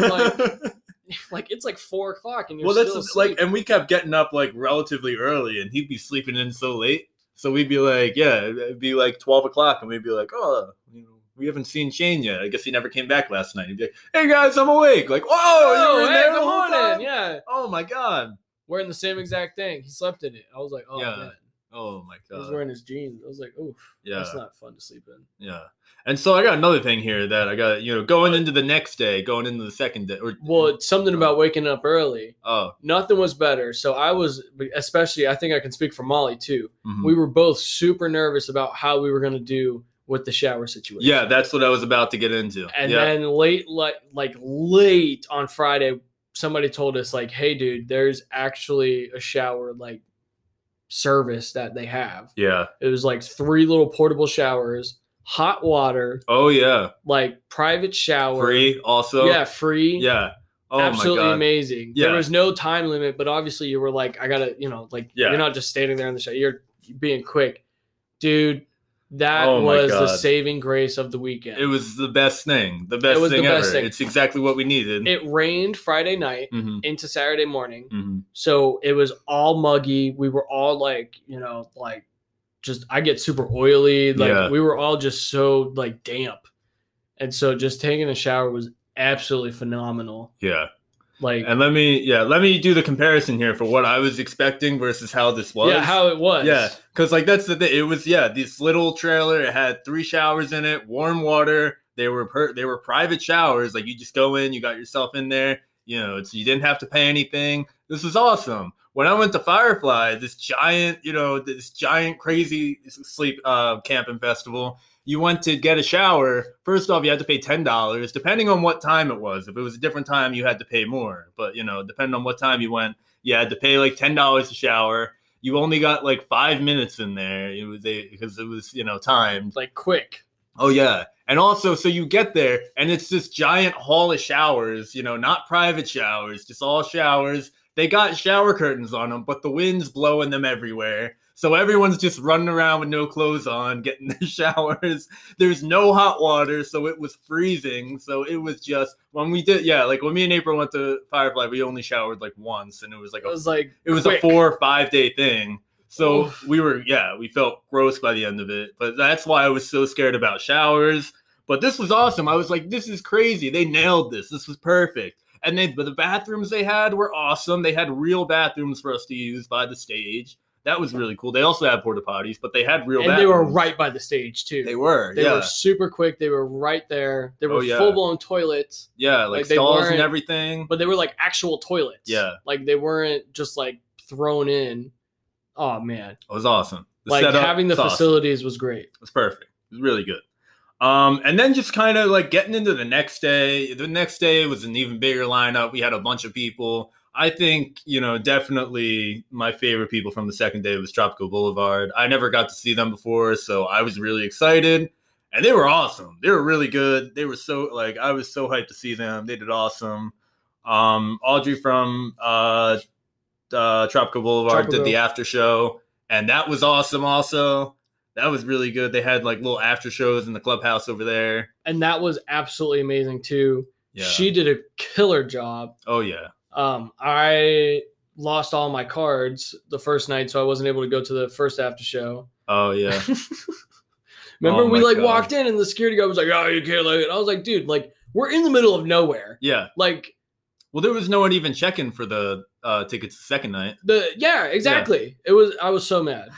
Like, like it's like four o'clock, and you're
well, that's
still
just,
asleep.
like, and we kept getting up like relatively early, and he'd be sleeping in so late. So we'd be like, yeah, it'd be like twelve o'clock, and we'd be like, oh, you know, we haven't seen Shane yet. I guess he never came back last night. He'd be like, hey guys, I'm awake. Like, oh, you
oh,
were in
hey,
there
good
the whole
morning.
time?
Yeah,
Oh my god.
wearing the same exact thing. He slept in it. I was like, oh
Yeah,
man,
Oh my
he was
god.
wearing his jeans. I was like, oh,
Yeah.
that's not fun to sleep in.
Yeah. And so I got another thing here that I got, you know, going into the next day, going into the second day. Or,
Well, it's something about waking up early.
oh,
Nothing was better. So I was, especially, I think I can speak for Molly too.
mhm.
We were both super nervous about how we were going to do with the shower situation.
yeah, that's what I was about to get into.
And
yeah.
then late, like like late on Friday, somebody told us like, "Hey, dude, there's actually a shower like service that they have.
yeah.
It was like three little portable showers, hot water,
Oh, yeah.
like private shower,
Free also.
yeah, free,
Yeah. Oh,
absolutely
my God.
amazing.
Yeah.
There was no time limit, but obviously you were like, I gotta, you know, like
Yeah.
you're not just standing there in the shower. You're being quick, dude. That
Oh my
was the
God.
saving grace of the weekend.
It was the best thing. The best
was the
thing ever.
best thing.
It's exactly what we needed.
it rained Friday night
hmm
into Saturday morning.
hmm
So it was all muggy. We were all like, you know, like just I get super oily. Like
Yeah.
we were all just so like damp. And so just taking a shower was absolutely phenomenal.
Yeah.
Like
And let me, yeah, let me do the comparison here for what I was expecting versus how this was.
yeah, how it was.
Yeah, because like that's the thing. It was yeah, this little trailer. It had three showers in it, warm water. They were per- they were private showers. Like you just go in, you got yourself in there. You know, it's you didn't have to pay anything. This was awesome. When I went to Firefly, this giant, you know, this giant crazy sleep uh, camping festival. You went to get a shower. First off, you had to pay ten dollars, depending on what time it was. If it was a different time, you had to pay more. But you know, depending on what time you went, you had to pay like ten dollars a shower you only got like five minutes in there. It was they because it was you know timed.
Like quick.
Oh yeah, and also so you get there and it's this giant hall of showers. You know, not private showers, just all showers. They got shower curtains on them, but the wind's blowing them everywhere. So everyone's just running around with no clothes on, getting their showers. There's no hot water, so it was freezing. So it was just when we did, yeah, like when me and April went to Firefly, we only showered like once, and it was like
It
a
was like
it was
quick.
a four or five day thing. So
Oof.
we were, yeah, we felt gross by the end of it. But that's why I was so scared about showers. But this was awesome. I was like, this is crazy. They nailed this. This was perfect. And they, but the bathrooms they had were awesome. They had real bathrooms for us to use by the stage. That was really cool. They also had porta potties, but they had real.
and they were
bathrooms.
right by the stage too.
They were.
They
yeah.
were super quick. They were right there. They were
Oh, yeah.
full blown toilets.
yeah. Like,
like, they
stalls and
weren't-
everything.
but they were like actual toilets.
Yeah.
Like they weren't just like thrown in. Oh man.
it was awesome. The
like
setup
having the
was awesome.
facilities was great.
It was perfect. It was really good. Um, and then just kind of like getting into the next day. The next day was an even bigger lineup. We had a bunch of people. I think you know definitely my favorite people from the second day was Tropical Boulevard. I never got to see them before, so I was really excited. And they were awesome. They were really good. They were so like I was so hyped to see them. They did awesome. Um, Audrey from uh, uh, Tropical Boulevard
Tropical.
did the after show, and that was awesome. Also, that was really good. They had like little after shows in the clubhouse over there.
And that was absolutely amazing too.
Yeah.
She did a killer job.
oh yeah.
Um I lost all my cards the first night, so I wasn't able to go to the first after show.
Oh yeah.
Remember,
Oh
we
my
like
God.
walked in and the security guy was like, "Oh, you can't leave." And I was like, "Dude, like we're in the middle of nowhere.
Yeah.
Like
Well, there was no one even checking for the uh, tickets the second night.
the yeah, exactly. It was. I was so mad.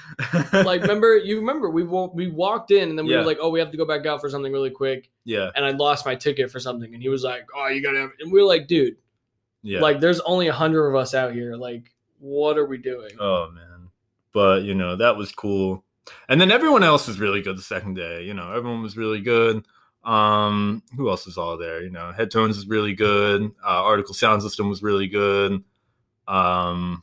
like remember, you remember we wa- we walked in and then we
Yeah.
were like, "Oh, we have to go back out for something really quick."
Yeah.
And I lost my ticket for something, and he was like, "Oh, you gotta." Have, and we were like, "Dude,
Yeah.
like there's only a hundred of us out here. Like, what are we doing?"
Oh man. But you know, that was cool. And then everyone else was really good the second day. You know, everyone was really good. Um, who else was all there? You know, Headtones was really good. Uh, Article Sound System was really good. Um,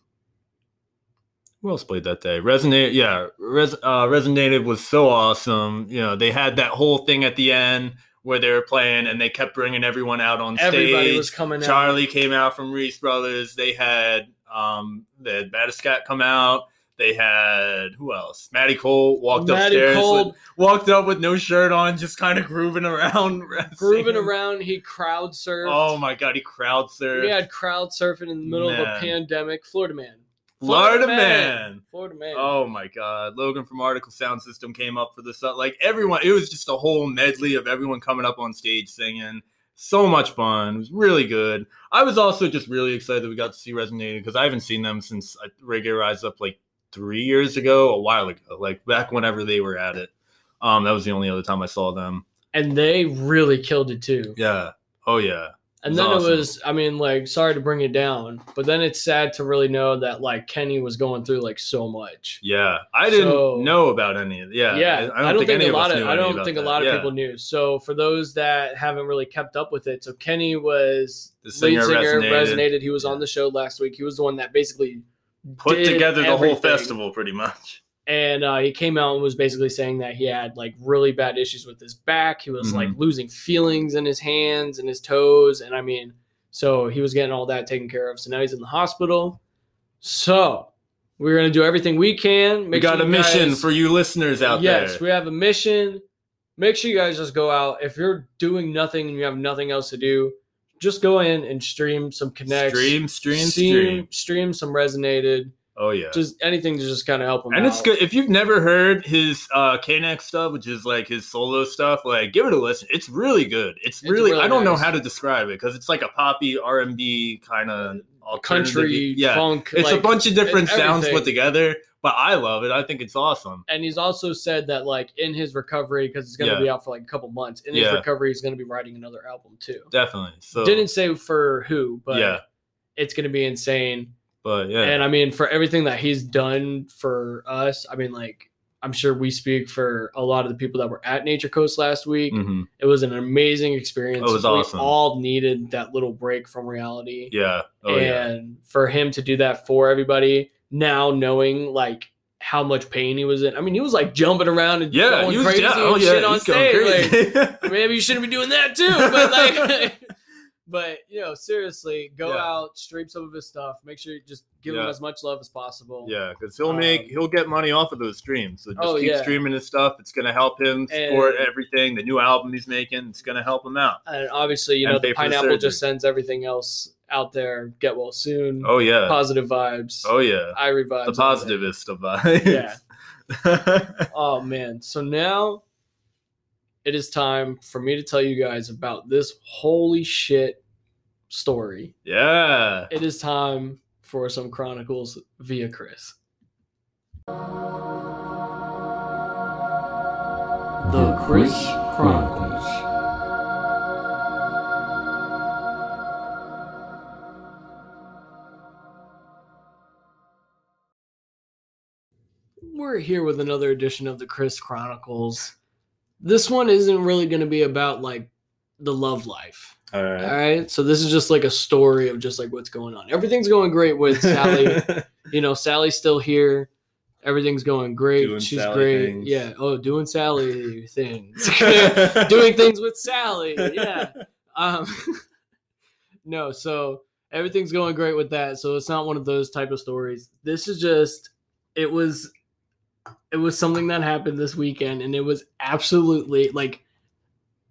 who else played that day? Resonate, yeah. Res- uh, Resonated was so awesome. You know, they had that whole thing at the end where they were playing and they kept bringing everyone out on stage.
Everybody was coming out.
Charlie came out from Reese Brothers. They had um they had Battistcat come out. They had who else? Maddie Cole walked
Matty
upstairs.
Cole
with- walked up with no shirt on, just kind of grooving around.
grooving
singing.
around. He crowd surfed.
Oh my god, he crowd surfed.
We had crowd surfing in the middle of a
Man.
pandemic. Florida man.
Florida
Florida man.
man.
Florida man.
Oh my god. Logan from Article Sound System came up for the sun. Like everyone, it was just a whole medley of everyone coming up on stage singing. So much fun. It was really good. I was also just really excited that we got to see Resonated because I haven't seen them since I, Reggae Rise Up like three years ago, a while ago, like back whenever they were at it. Um, that was the only other time I saw them.
And they really killed it too.
Yeah. Oh yeah.
And
was
then
awesome.
it was, I mean, like, sorry to bring it down, but then it's sad to really know that like Kenny was going through like so much.
Yeah. I didn't
So-
know about any of yeah.
yeah.
I, I don't, think, any
a lot
of, us
of
knew
I
any
don't
about
think a
that.
lot of
Yeah.
people knew. So for those that haven't really kept up with it, so Kenny was
The singer
lead singer
Resonated.
resonated. He was on the show last week. He was the one that basically
put
did
together the whole
everything.
festival pretty much.
and uh, he came out and was basically saying that he had like really bad issues with his back. He was
Mm-hmm.
like losing feelings in his hands and his toes, and I mean, so he was getting all that taken care of. So now he's in the hospital. So we're gonna do everything we can.
we
sure
got a
you
mission
guys-
for you listeners out
yes,
there.
we have a mission. Make sure you guys just go out. If you're doing nothing and you have nothing else to do, just go in and stream some connects.
stream, stream,
stream,
stream.
stream some resonated.
Oh yeah.
Just anything to just kind of help him.
and
out.
it's good if you've never heard his uh K-Nex stuff, which is like his solo stuff. Like, give it a listen. It's really good. It's, really,
really
I don't know
nice.
how to describe it because it's like a poppy R and B kind of
country
Yeah,
funk.
it's a
like- e-,
bunch of different sounds put
everything.
together. But I love it. I think it's awesome.
And he's also said that like in his recovery, because it's going to
Yeah.
be out for like a couple months. In his
Yeah.
recovery, he's going to be writing another album too.
Definitely. So
Didn't say for who, but
Yeah.
it's going to be insane.
but yeah.
And I mean, for everything that he's done for us, I mean, like I'm sure we speak for a lot of the people that were at Nature Coast last week.
Mhm.
It was an amazing experience.
It was awesome.
We all needed that little break from reality.
Yeah. Oh yeah.
and for him to do that for everybody now knowing like how much pain he was in i mean he was like jumping around and
Yeah,
going
he was-
crazy
yeah,
and
oh, yeah,
shit on
he's going
stage
crazy.
like, maybe you shouldn't be doing that too but like but you know seriously go
Yeah.
out stream some of his stuff make sure you just give him
Yeah.
as much love as possible
Yeah, because he'll make
Um,
he'll get money off of those streams. So just
Oh,
keep
yeah.
streaming his stuff. It's gonna help him support
And-
everything. The new album he's making, it's gonna help him out.
and obviously you
And
know
pay
the
for the
pineapple
surgery.
just sends everything else out there get well soon
Oh yeah.
positive vibes
Oh yeah.
i revive
The positivist of vibes. Yeah.
Oh man. So now it is time for me to tell you guys about this holy shit story.
yeah.
It is time for some chronicles via Chris. The Chris Chronicles. We're here with another edition of the Chris Chronicles. This one isn't really going to be about like the love life.
All
All
right.
right. So this is just like a story of just like what's going on. Everything's going great with Sally. you know, Sally's still here. Everything's going great.
Doing
She's
Sally
great.
things.
Yeah. Oh, doing Sally things. doing things with Sally. Yeah. Um No, so everything's going great with that. So it's not one of those type of stories. This is just it was it was something that happened this weekend and it was absolutely like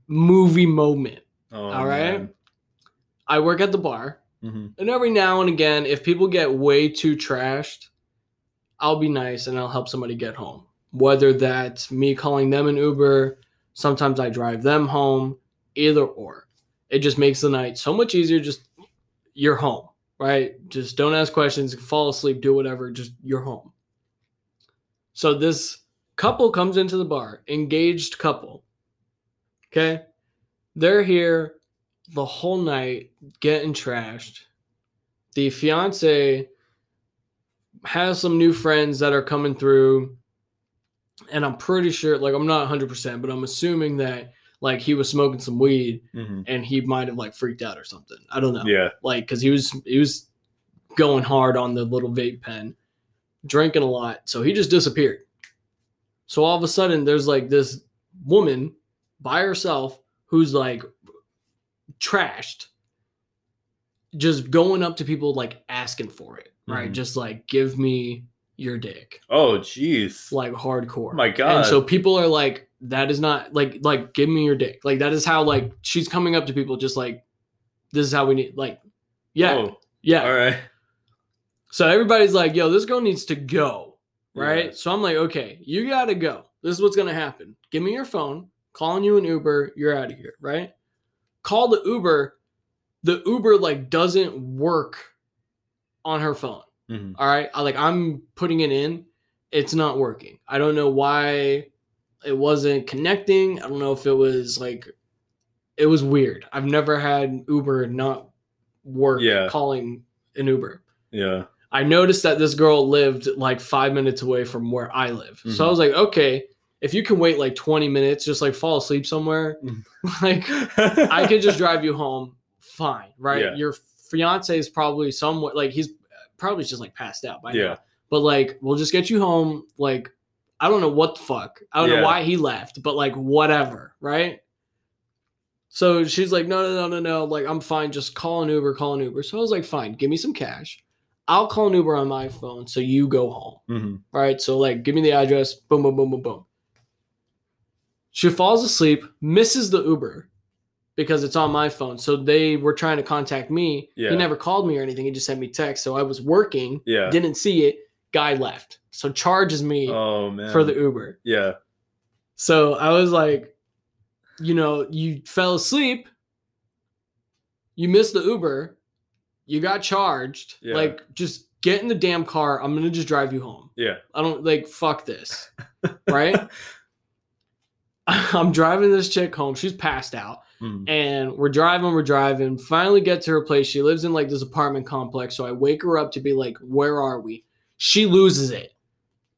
movie moment.
Oh,
All right.
man.
I work at the bar.
Mhm.
Mm-hmm. And every now and again, if people get way too trashed, I'll be nice and I'll help somebody get home. Whether that's me calling them an Uber, sometimes I drive them home, either or. It just makes the night so much easier. Just you're home, right? Just don't ask questions, fall asleep, do whatever, just you're home. So this couple comes into the bar, engaged couple. Okay. They're here the whole night getting trashed. The fiance has some new friends that are coming through. And I'm pretty sure, like, I'm not 100%, but I'm assuming that, like, he was smoking some weed
Mhm.
and he might have, like, freaked out or something. I don't know.
Yeah.
Like, because he was, he was going hard on the little vape pen, drinking a lot. So he just disappeared. So all of a sudden, there's, like, this woman by herself who's, like, trashed just going up to people like asking for it right
Mhm.
just like give me your dick
Oh, jeez.
like hardcore
Oh my
and
God.
so people are like that is not like like give me your dick like that is how like she's coming up to people just like this is how we need like yeah
Oh,
yeah
all right.
so everybody's like, yo, this girl needs to go. Right.
Yeah.
So I'm like, okay, you got to go. This is what's going to happen. Give me your phone, calling you an Uber. You're out of here. Right. Call the Uber. The Uber like doesn't work on her phone.
Mhm.
All right. I like, I'm putting it in. It's not working. I don't know why it wasn't connecting. I don't know if it was like, it was weird. I've never had Uber not work
Yeah.
calling an Uber.
Yeah.
I noticed that this girl lived like five minutes away from where I live. So I
Mhm.
was like, okay, if you can wait like 20 minutes, just like fall asleep somewhere, like I could just drive you home. Fine. Right.
Yeah.
Your fiance is probably somewhat like he's probably just like passed out by
Yeah.
now. But like, we'll just get you home. Like, I don't know what the fuck. I don't
Yeah.
know why he left, but like, whatever. Right. So she's like, no, no, no, no, no. Like, I'm fine. Just call an Uber, call an Uber. So I was like, fine, give me some cash. I'll call an Uber on my phone. So you go home.
Mhm.
All right. So, like, give me the address. Boom, boom, boom, boom, boom. She falls asleep, misses the Uber because it's on my phone. So they were trying to contact me.
Yeah.
He never called me or anything. He just sent me text. So I was working,
Yeah.
didn't see it. Guy left. So charges me
Oh man.
for the Uber.
Yeah.
So I was like, you know, you fell asleep, you missed the Uber, you got charged.
Yeah.
Like, just get in the damn car. I'm gonna just drive you home.
Yeah.
I don't like fuck this. right? I'm driving this chick home. She's passed out.
Mhm.
And we're driving, we're driving. Finally get to her place. She lives in like this apartment complex. So I wake her up to be like, where are we? She loses it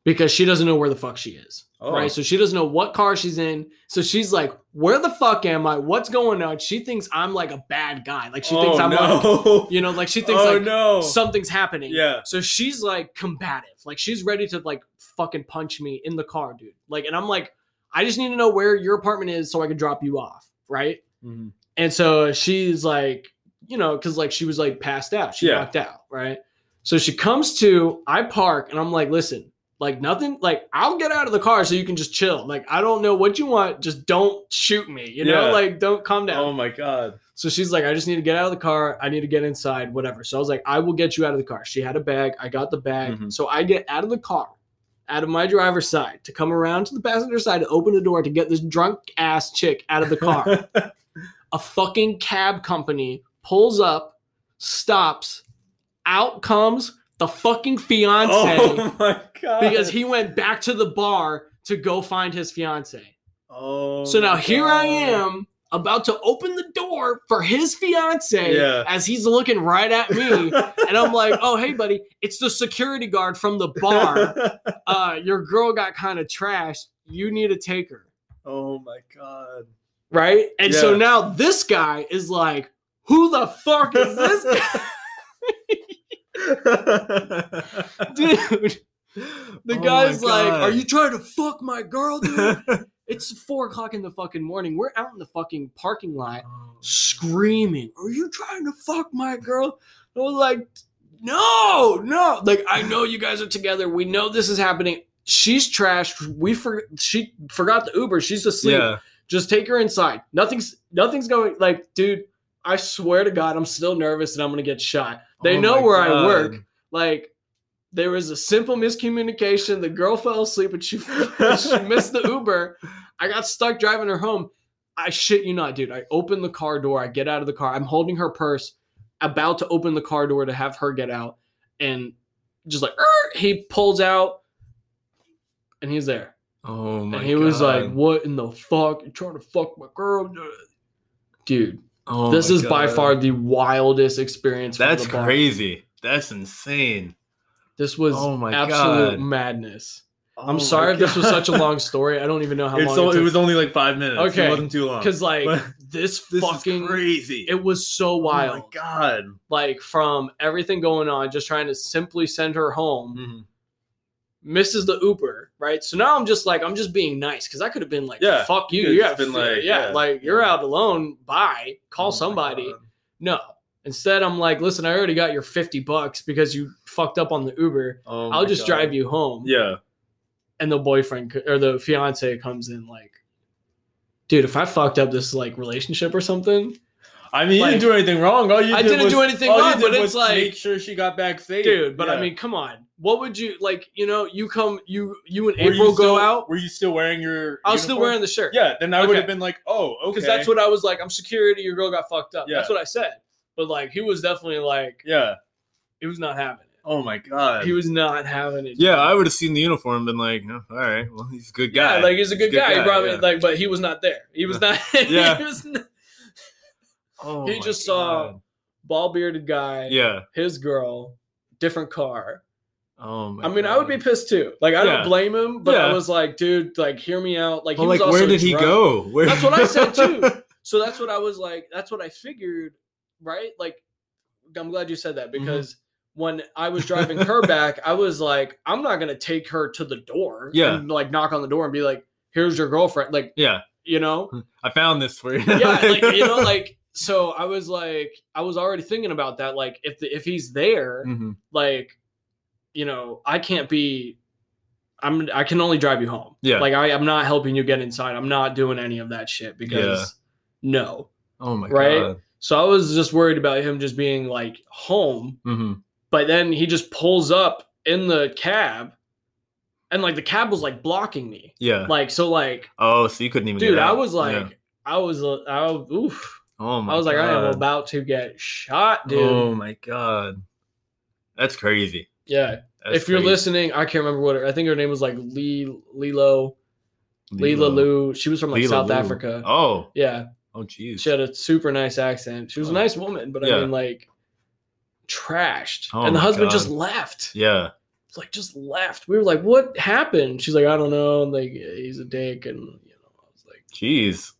because she doesn't know where the fuck she is.
Oh.
Right. So she doesn't know what car she's in. So she's like, where the fuck am I? What's going on? She thinks I'm like a bad guy. Like she thinks
Oh,
I'm like,
no.
you know, like she thinks
oh
like
no.
something's happening.
Yeah.
So she's like combative. Like she's ready to like fucking punch me in the car, dude. Like, and I'm like, I just need to know where your apartment is so I can drop you off. Right.
Mhm.
And so she's like, you know, because like she was like passed out. She
Yeah.
knocked out, right? So she comes to, I park and I'm like, listen, like nothing, like I'll get out of the car so you can just chill. Like, I don't know what you want. Just don't shoot me, you know?
Yeah.
Like, don't calm down.
Oh my god.
So she's like, I just need to get out of the car. I need to get inside, whatever. So I was like, I will get you out of the car. She had a bag. I got the bag.
Mhm.
So I get out of the car, out of my driver's side, to come around to the passenger side to open the door to get this drunk ass chick out of the car. a fucking cab company pulls up, stops, out comes the fucking fiance
Oh my god.
because he went back to the bar to go find his fiance.
Oh.
So now
my
here I
God.
am about to open the door for his fiance
Yeah.
as he's looking right at me. and I'm like, oh, hey, buddy, it's the security guard from the bar. Uh, your girl got kind of trashed. You need to take her.
oh my god.
Right. And so
Yeah.
now this guy is like, who the fuck is this guy? Dude, the
Oh my
guy's like,
God.
are you trying to fuck my girl, dude? it's four o'clock in the fucking morning. We're out in the fucking parking lot
Oh,
screaming, Are you trying to fuck my girl? I was like, No, no. Like, I know you guys are together. We know this is happening. She's trashed. We for she forgot the Uber. She's asleep.
yeah.
Just take her inside. Nothing's nothing's going like, dude. I swear to God, I'm still nervous and I'm gonna get shot. They
Oh
know
my
where I
God.
work. Like there was a simple miscommunication. The girl fell asleep and she she missed the Uber. I got stuck driving her home. I shit you not, dude. I open the car door. I get out of the car. I'm holding her purse, about to open the car door to have her get out, and just like "Er," he pulls out, and he's there.
Oh my
and he was like,
God.
"What in the fuck? You're trying to fuck my girl, dude?"
Oh
this
my
is by
God.
far the wildest experience. for
That's
the bar.
crazy. That's insane.
This was
Oh my
absolute
God.
madness.
Oh my
I'm sorry if this was
God.
such a long story. I don't even know how
It's
long
o- it was only like five minutes. Okay,
Okay,
it wasn't too long.
because like
But
this,
this is
fucking
crazy.
it was so
Oh my
wild.
god.
like from everything going on, just trying to simply send her home.
Mm-hmm.
misses the Uber, right? So now I'm just like, I'm just being nice because I could have been like,
Yeah,
fuck you.
you could've
You
just
been
been
like,
like,
yeah,
yeah,
like you're
yeah.
out alone. Bye. Call
Oh my
somebody.
God.
No. Instead, I'm like, listen, I already got your 50 bucks because you fucked up on the Uber.
Oh
I'll
my
just
God.
drive you home.
Yeah.
And the boyfriend co- or the fiance comes in like, dude, if I fucked up this like relationship or something,
I mean, you
Like-
didn't do anything wrong. All you
I
did
didn't
was-
do anything
all you
wrong,
did
but
was
it's like-
make sure she got back safe,
dude, but I
Yeah.
mean, come on. What would you like, you know, you come, you, you and
Were you
April go
still-
out.
Were you still wearing your?
I was still
uniform?
wearing the shirt.
Yeah, then I
Okay.
would have been like, oh, okay.
because that's what I was like. I'm security. Your girl got fucked up.
Yeah.
That's what I said. But like, he was definitely like,
Yeah.
he was not having it.
Oh my god.
He was not having it.
yeah, I would have seen the uniform and been like, oh, all right, well, he's a good guy.
Yeah, like he's a good, guy. He brought me,
yeah.
like, but he was not there. He was not.
Yeah.
he was not,
oh
he
my
just saw-
God.
bald bearded guy.
Yeah.
His girl, different car.
Oh my.
I mean, I would be pissed too. Like, I
Yeah.
don't blame him, but I
Yeah.
was like, dude, like, hear me out. Like, he
Well,
was
like,
also
where did he
drunk.
go? Where-
That's what I said too. So that's what I was like. That's what I figured, right? Like, I'm glad you said that
Mm-hmm.
because when I was driving her back, I was like, I'm not gonna take her to the door.
Yeah.
and, like knock on the door and be like, "Here's your girlfriend." Like,
yeah,
you know,
I found this for you.
yeah, like you know, like. So I was like, I was already thinking about that. Like, if the, if he's there,
Mhm.
like, you know, I can't be. I'm. I can only drive you home.
Yeah.
Like I, I'm not helping you get inside. I'm not doing any of that shit because
Yeah.
no.
Oh my
Right?
god.
So I was just worried about him just being like home,
hmm
but then he just pulls up in the cab, and like the cab was like blocking me,
Yeah.
like so like
oh, so you couldn't even.
dude,
get
I
out.
was like
Yeah.
I was uh, I oof,
oh my.
I was like I am
God.
about to get shot, dude.
Oh my god. That's crazy.
yeah,
That's
if you're
crazy.
listening, I can't remember what her, I think her name was like Lee Lilo Lila Lou. She was from like
Lila
South
Lou.
Africa.
Oh.
Yeah,
Oh jeez.
she had a super nice accent. She was a
Oh.
nice woman, but I
Yeah.
mean like trashed,
Oh
and the
my
husband
God.
just left.
Yeah.
like just left. We were like, "What happened?" She's like, "I don't know." And like, he's a dick, and you know, I was like,
Jeez.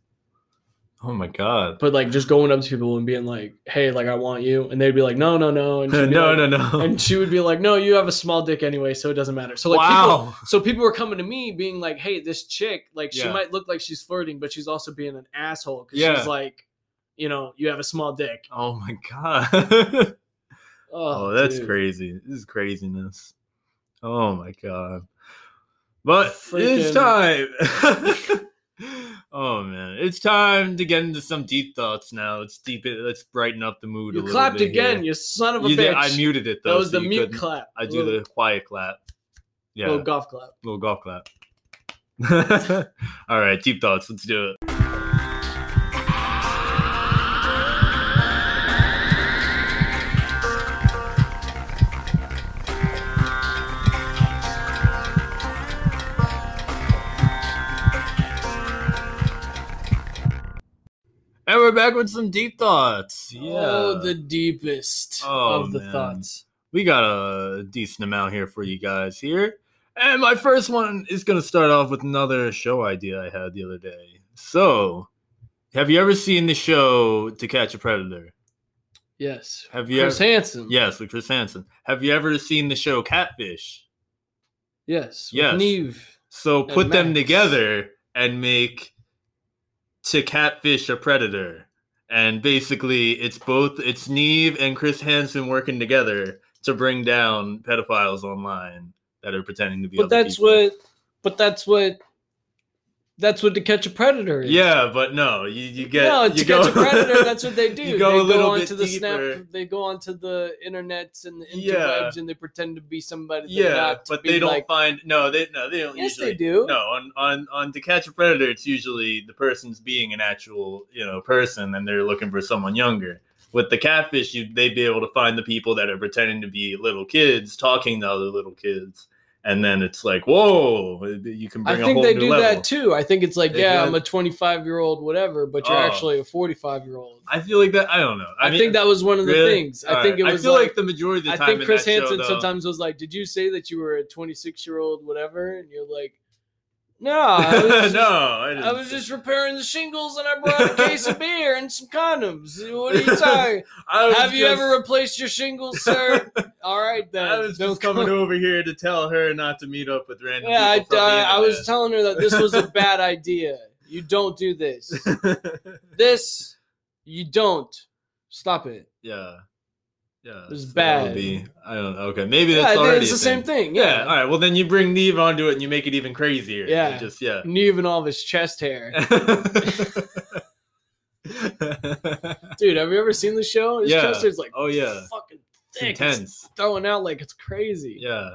Oh my god.
but like just going up to people and being like, "Hey, like I want you," and they'd be like, "No, no, no," and
no,
she'd be like-
no, no.
and she would be like, "No, you have a small dick anyway, so it doesn't matter." So like, people,
wow.
so people were coming to me being like, "Hey, this chick, like she
Yeah.
might look like she's flirting, but she's also being an asshole because
Yeah.
she's like, you know, you have a small dick."
Oh my god.
Oh,
oh, that's
dude.
crazy. This is craziness. Oh my god. But
Freaking-
it's time. oh man, it's time to get into some deep thoughts now. Let's deep it. Let's brighten up the mood. a
You
little
clapped
bit
again,
here.
you son of a
You
bitch.
did- I muted it though.
that was
so
the
you
mute
couldn't-
clap.
I do the quiet clap. Yeah,
little golf clap.
little golf clap. All right, deep thoughts. Let's do it. And we're back with some deep thoughts. Yeah.
Oh, the deepest
Oh,
of the
man.
thoughts.
we got a decent amount here for you guys here. And my first one is going to start off with another show idea I had the other day. So, have you ever seen the show To Catch a Predator?
Yes.
Have you
Chris
ever?
Hansen.
Yes, with Chris Hansen. Have you ever seen the show Catfish?
Yes. with
Yes.
Neve.
So
And
put them
Max.
together and make to catfish a predator. And basically it's both it's Neve and Chris Hansen working together to bring down pedophiles online that are pretending to be
But
other
that's
people.
what but that's what That's what to catch a predator is.
Yeah, but no, you, you get
no,
you
to
go,
catch a predator, that's what they do.
You go
they
a little
go
bit
onto the
deeper.
snap, they go onto the internets and the
Yeah.
interwebs, and they pretend to be somebody. they're
yeah,
not, to
but
be
they don't
like,
find no, they no, they don't
Yes, they
usually
do.
No, on on on to catch a predator, it's usually the person's being an actual you know person, and they're looking for someone younger. With the catfish, you they'd be able to find the people that are pretending to be little kids talking to other little kids, and then it's like, whoa, you can bring
I
a
think
whole
they
new
do
level.
that too. I think it's like,
They
yeah,
do.
I'm a 25 year old, whatever, but you're
Oh.
actually a 45 year old.
I feel like that. I don't know.
I,
mean,
think that was one of the
really?
things. I
All
think
right.
it was
I feel like,
like
the majority of the
I
time.
think
in
Chris
that show,
Hansen
though-
sometimes was like, "Did you say that you were a 26 year old, whatever?" And you're like, "No, I was just,
no, I, didn't
I was
say-
just repairing the shingles, and I brought a case of beer and some condoms. What are you talking?
I was
Have you
just-
ever replaced your shingles, sir? All right then.
I was just
Don't
coming
come-
over here to tell her not to meet up with random.
Yeah, I,
people from the
I, I was
internet.
telling her that this was a bad idea. You don't do this. This, you don't. Stop it.
yeah, yeah.
It was
so that would
bad.
Be, I don't know. Okay, maybe
Yeah,
that's
I think
already
it's
a
the same thing.
Yeah.
Yeah.
All right. Well, then you bring Neve onto it and you make it even crazier. You
Yeah.
Just yeah.
And even all of his chest hair. Dude, have you ever seen the show? His
Yeah.
chest hair's like
Oh, yeah.
fucking
It's
thick. It's
intense.
throwing out like it's crazy.
Yeah.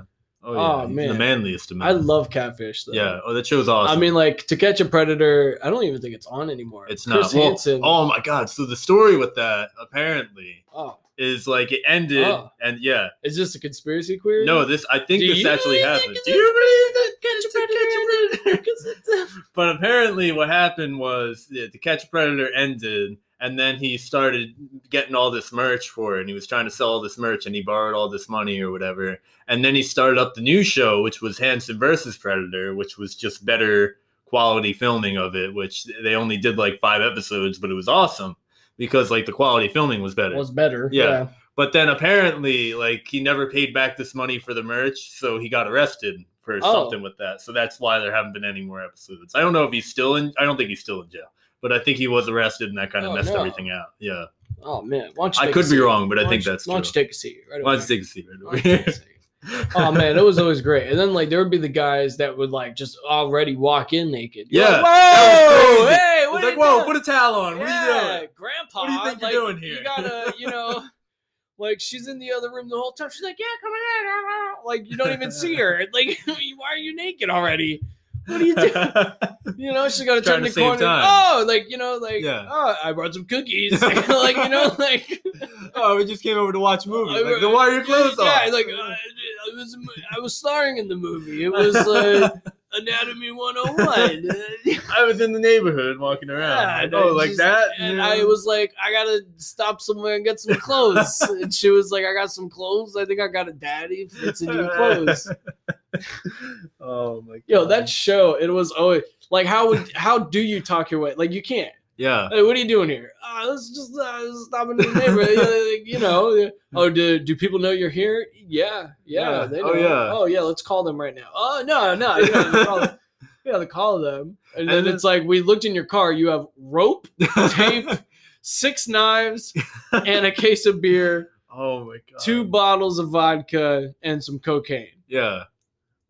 Oh,
Oh, yeah. He's The
man.
manliest of men.
I love catfish though.
Yeah. Oh, that show's awesome.
I mean, like to catch a predator. I don't even think it's on anymore.
it's
Chris
not. Well,
Hansen.
oh my God. So the story with that apparently
oh,
is like it ended
Oh.
and yeah.
is this a conspiracy query?
No, this I think
Do
this
you
actually
think
happened.
it's
Do
a-
you believe that
catch a
catch a
predator. Because it's- uh,
But apparently, what happened was yeah, the Catch a Predator ended, and then he started getting all this merch for it, and he was trying to sell all this merch, and he borrowed all this money or whatever. And then he started up the new show, which was Hanson versus Predator, which was just better quality filming of it, which they only did like five episodes, but it was awesome because like the quality filming was better.
was better.
Yeah.
Yeah.
But then apparently, like he never paid back this money for the merch, so he got arrested for
Oh.
something with that. So that's why there haven't been any more episodes. I don't know if he's still in. I don't think he's still in jail, but I think he was arrested, and that kind of
Oh,
messed
no.
everything out. Yeah,
Oh man, why don't you
I
take
could
a
be
seat?
wrong, but I
Why
think
don't you-
that's
Why don't you
true.
take a seat? Right
Why
away.
don't you take a seat right
Why
over
don't you take a
here?
seat? oh man, it was always great. And then like there would be the guys that would like just already walk in naked. You're
Yeah,
like,
that was
whoa,
crazy.
hey, what
It's
are
like,
you
whoa,
doing?
put a towel on. What are
yeah,
you doing?
grandpa.
What do you think
like,
you're doing here?
You gotta, you know, like she's in the other room the whole time. She's like, yeah, come on in. Like you don't even see her. Like why are you naked already? What are you doing? You know, she's got to
Trying
turn
to
the
save
corner.
time.
Oh, like you know, like
Yeah.
oh, I brought some cookies. like you know, like
oh, we just came over to watch movies.
I-
Like, then why are your clothes on?
yeah, like uh, I was I was starring in the movie. It was uh, Anatomy 101.
I was in the neighborhood walking around.
and
Like, oh,
I
like
just-
that.
And
Yeah.
I was like, I gotta stop somewhere and get some clothes. and she was like, I got some clothes. I think I got a daddy. It's a new clothes.
oh my god.
Yo, that show. It was always like, how would how do you talk your way? Like, you can't.
yeah.
Like, what are you doing here? Uh, let's just uh, stop in the neighborhood. Yeah, like, you know. Oh, do do people know you're here? Yeah, yeah.
Yeah.
They know.
Oh, yeah.
Oh yeah. Let's call them right now. Oh no, no. You don't have to call them. You have to call them. And then
And then-
it's like we looked in your car. You have rope, tape, six knives, and a case of beer,
oh my god.
two bottles of vodka, and some cocaine.
Yeah.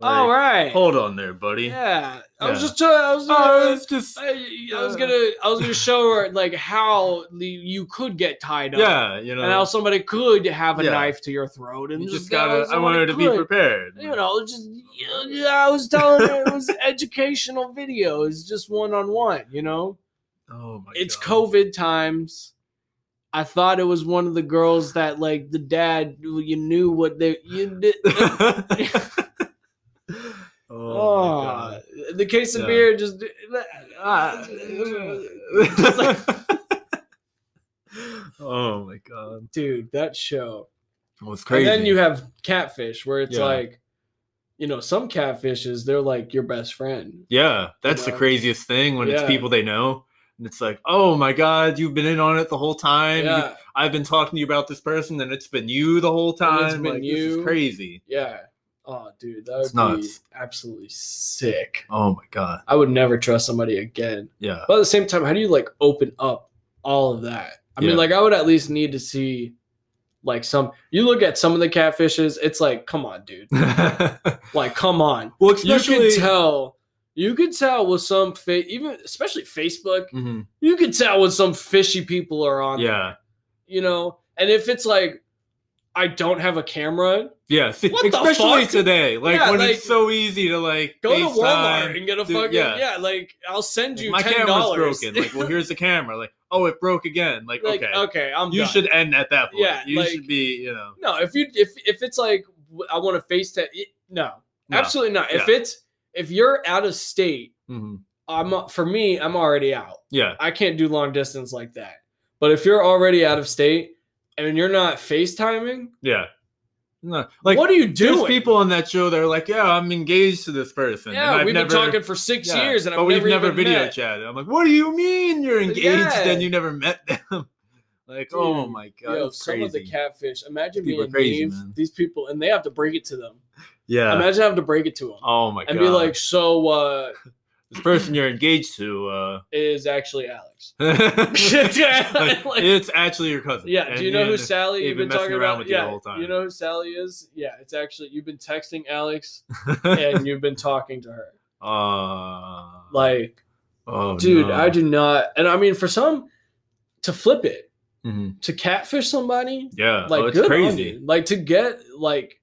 All
Like,
right.
Hold on there, buddy.
Yeah. I was
Yeah.
just. trying- I was. uh,
Oh, it's just.
I, I
Uh.
was gonna I was gonna show her like how the, you could get tied up.
Yeah, you know.
And how somebody could have a
Yeah.
knife to your throat and
you just
that
gotta.
was
I
what
wanted
it
to be
could.
prepared.
You know, just you know, I was telling her it was educational videos, just one on one. You know,
Oh my.
it's
god.
COVID times. I thought it was one of the girls that like the dad. You knew what they you did.
oh,
Oh,
my
the case of
Yeah.
beer just. ah. Just like-
god. oh my god.
dude, that show.
Well, it's crazy.
And then you have catfish, where it's
Yeah.
like, you know, some catfishes they're like your best friend.
Yeah, that's the
know?
craziest thing when it's
Yeah.
people they know. And it's like, oh my God, you've been in on it the whole time. You-
Yeah,
I've been talking to you about this person, and it's been you the whole time.
it's been
like, This is
you.
crazy.
yeah. Oh, dude, that would
It's
be
nuts.
absolutely sick.
Oh my God.
I would never trust somebody again.
Yeah.
But at the same time, how do you like open up all of that? I
Yeah.
mean, like, I would at least need to see. Like some, you look at some of the catfishes. It's like, come on, dude.
well,
Like, come on.
especially
you can tell You could tell with some fa- even especially Facebook,
hmm
you could tell when some fishy people are on. there,
Yeah.
you know, and if it's like, I don't have a camera,
Yeah. See,
What the
especially
fuck?
today, like
Yeah,
when
like,
it's so easy to like
go to Walmart
FaceTime,
and get a
do-
fucking yeah. like I'll send you
my
ten
camera's
dollars.
broken. Like, well, here's the camera. Like, oh, it broke again. Like,
Like,
okay,
I'm.
you
done.
should end at that point.
Yeah,
you
like-
should be, you know,
No, if you if if it's like w- I want to FaceTime, it, no,
No.
absolutely not. If it's if you're out of state,
Mhm.
I'm for me, I'm already out.
yeah,
I can't do long distance like that. But if you're already out of state and you're not FaceTiming,
yeah. No, like
what are you
there's
doing?
people on that show that are like, yeah, I'm engaged to this person. and
yeah,
I've
we've
never,
been talking for six
yeah,
years, and
but
I've
we've
never,
never
even
video
met.
chatted. I'm like, what do you mean you're engaged
Yeah.
and you never met them? like, oh
Dude,
my god,
Yo,
that's
some of the
crazy.
catfish. Imagine
People are
being
crazy,
Neve,
man.
these people, and they have to break it to them.
yeah.
Imagine having to break it to them
oh my
and
god.
be like, "So, uh,
this person you're engaged to. uh
is actually Alex?"
like,
Like-
it's actually your cousin.
Yeah.
And
Do you know
you're
who
in the-
Sally
they've
you've
been
been,
messing
talking
around
about?
with you
yeah.
the whole time.
You know who Sally is? Yeah. It's actually you've been texting Alex and you've been talking to her.
Uh,
Like,
oh,
dude,
no.
I do not. And I mean, for some to flip it
Mhm.
to catfish somebody,
Yeah,
like
oh, it's
good on
crazy.
you. Like to get like.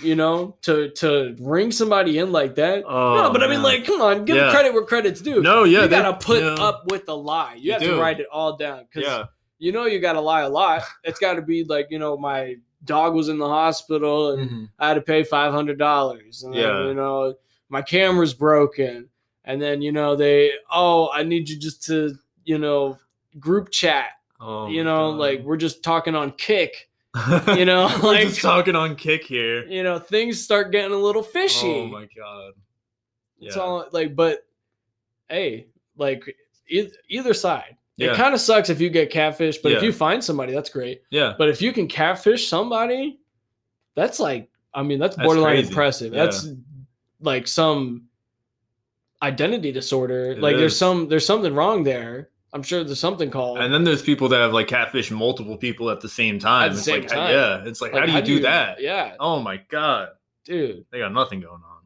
You know, to to ring somebody in like that.
Oh,
no, but I
man.
mean, like, come on, give
Yeah.
the credit where credit's due.
No, yeah,
you
they-
gotta put
yeah.
up with the lie. You,
You
have
do.
to write it all down because
Yeah,
you know you gotta lie a lot. It's gotta be like, you know, my dog was in the hospital and
Mhm.
I had to pay five hundred dollars. And
Yeah.
then, you know, my camera's broken. And then, you know, they oh, I need you just to, you know, group chat.
Oh,
you
my
know,
God.
like we're just talking on kick, you know,
we're
like
just talking on kick here.
you know, things start getting a little fishy.
Oh my god, yeah,
It's all like, but hey, like e- either side.
Yeah.
It kind of sucks if you get catfish, but if
Yeah.
you find somebody, that's great.
yeah,
But if you can catfish somebody, that's like, I mean, that's
That's
borderline
crazy.
impressive.
Yeah.
That's like some identity disorder.
It
like there's
is.
some, there's something wrong there. I'm sure there's something called.
and then there's people that have like catfish multiple people at the same time.
the
it's
same
like,
time.
yeah, it's like,
Like,
how do you do that?
Yeah,
Oh my god,
dude.
they got nothing going on.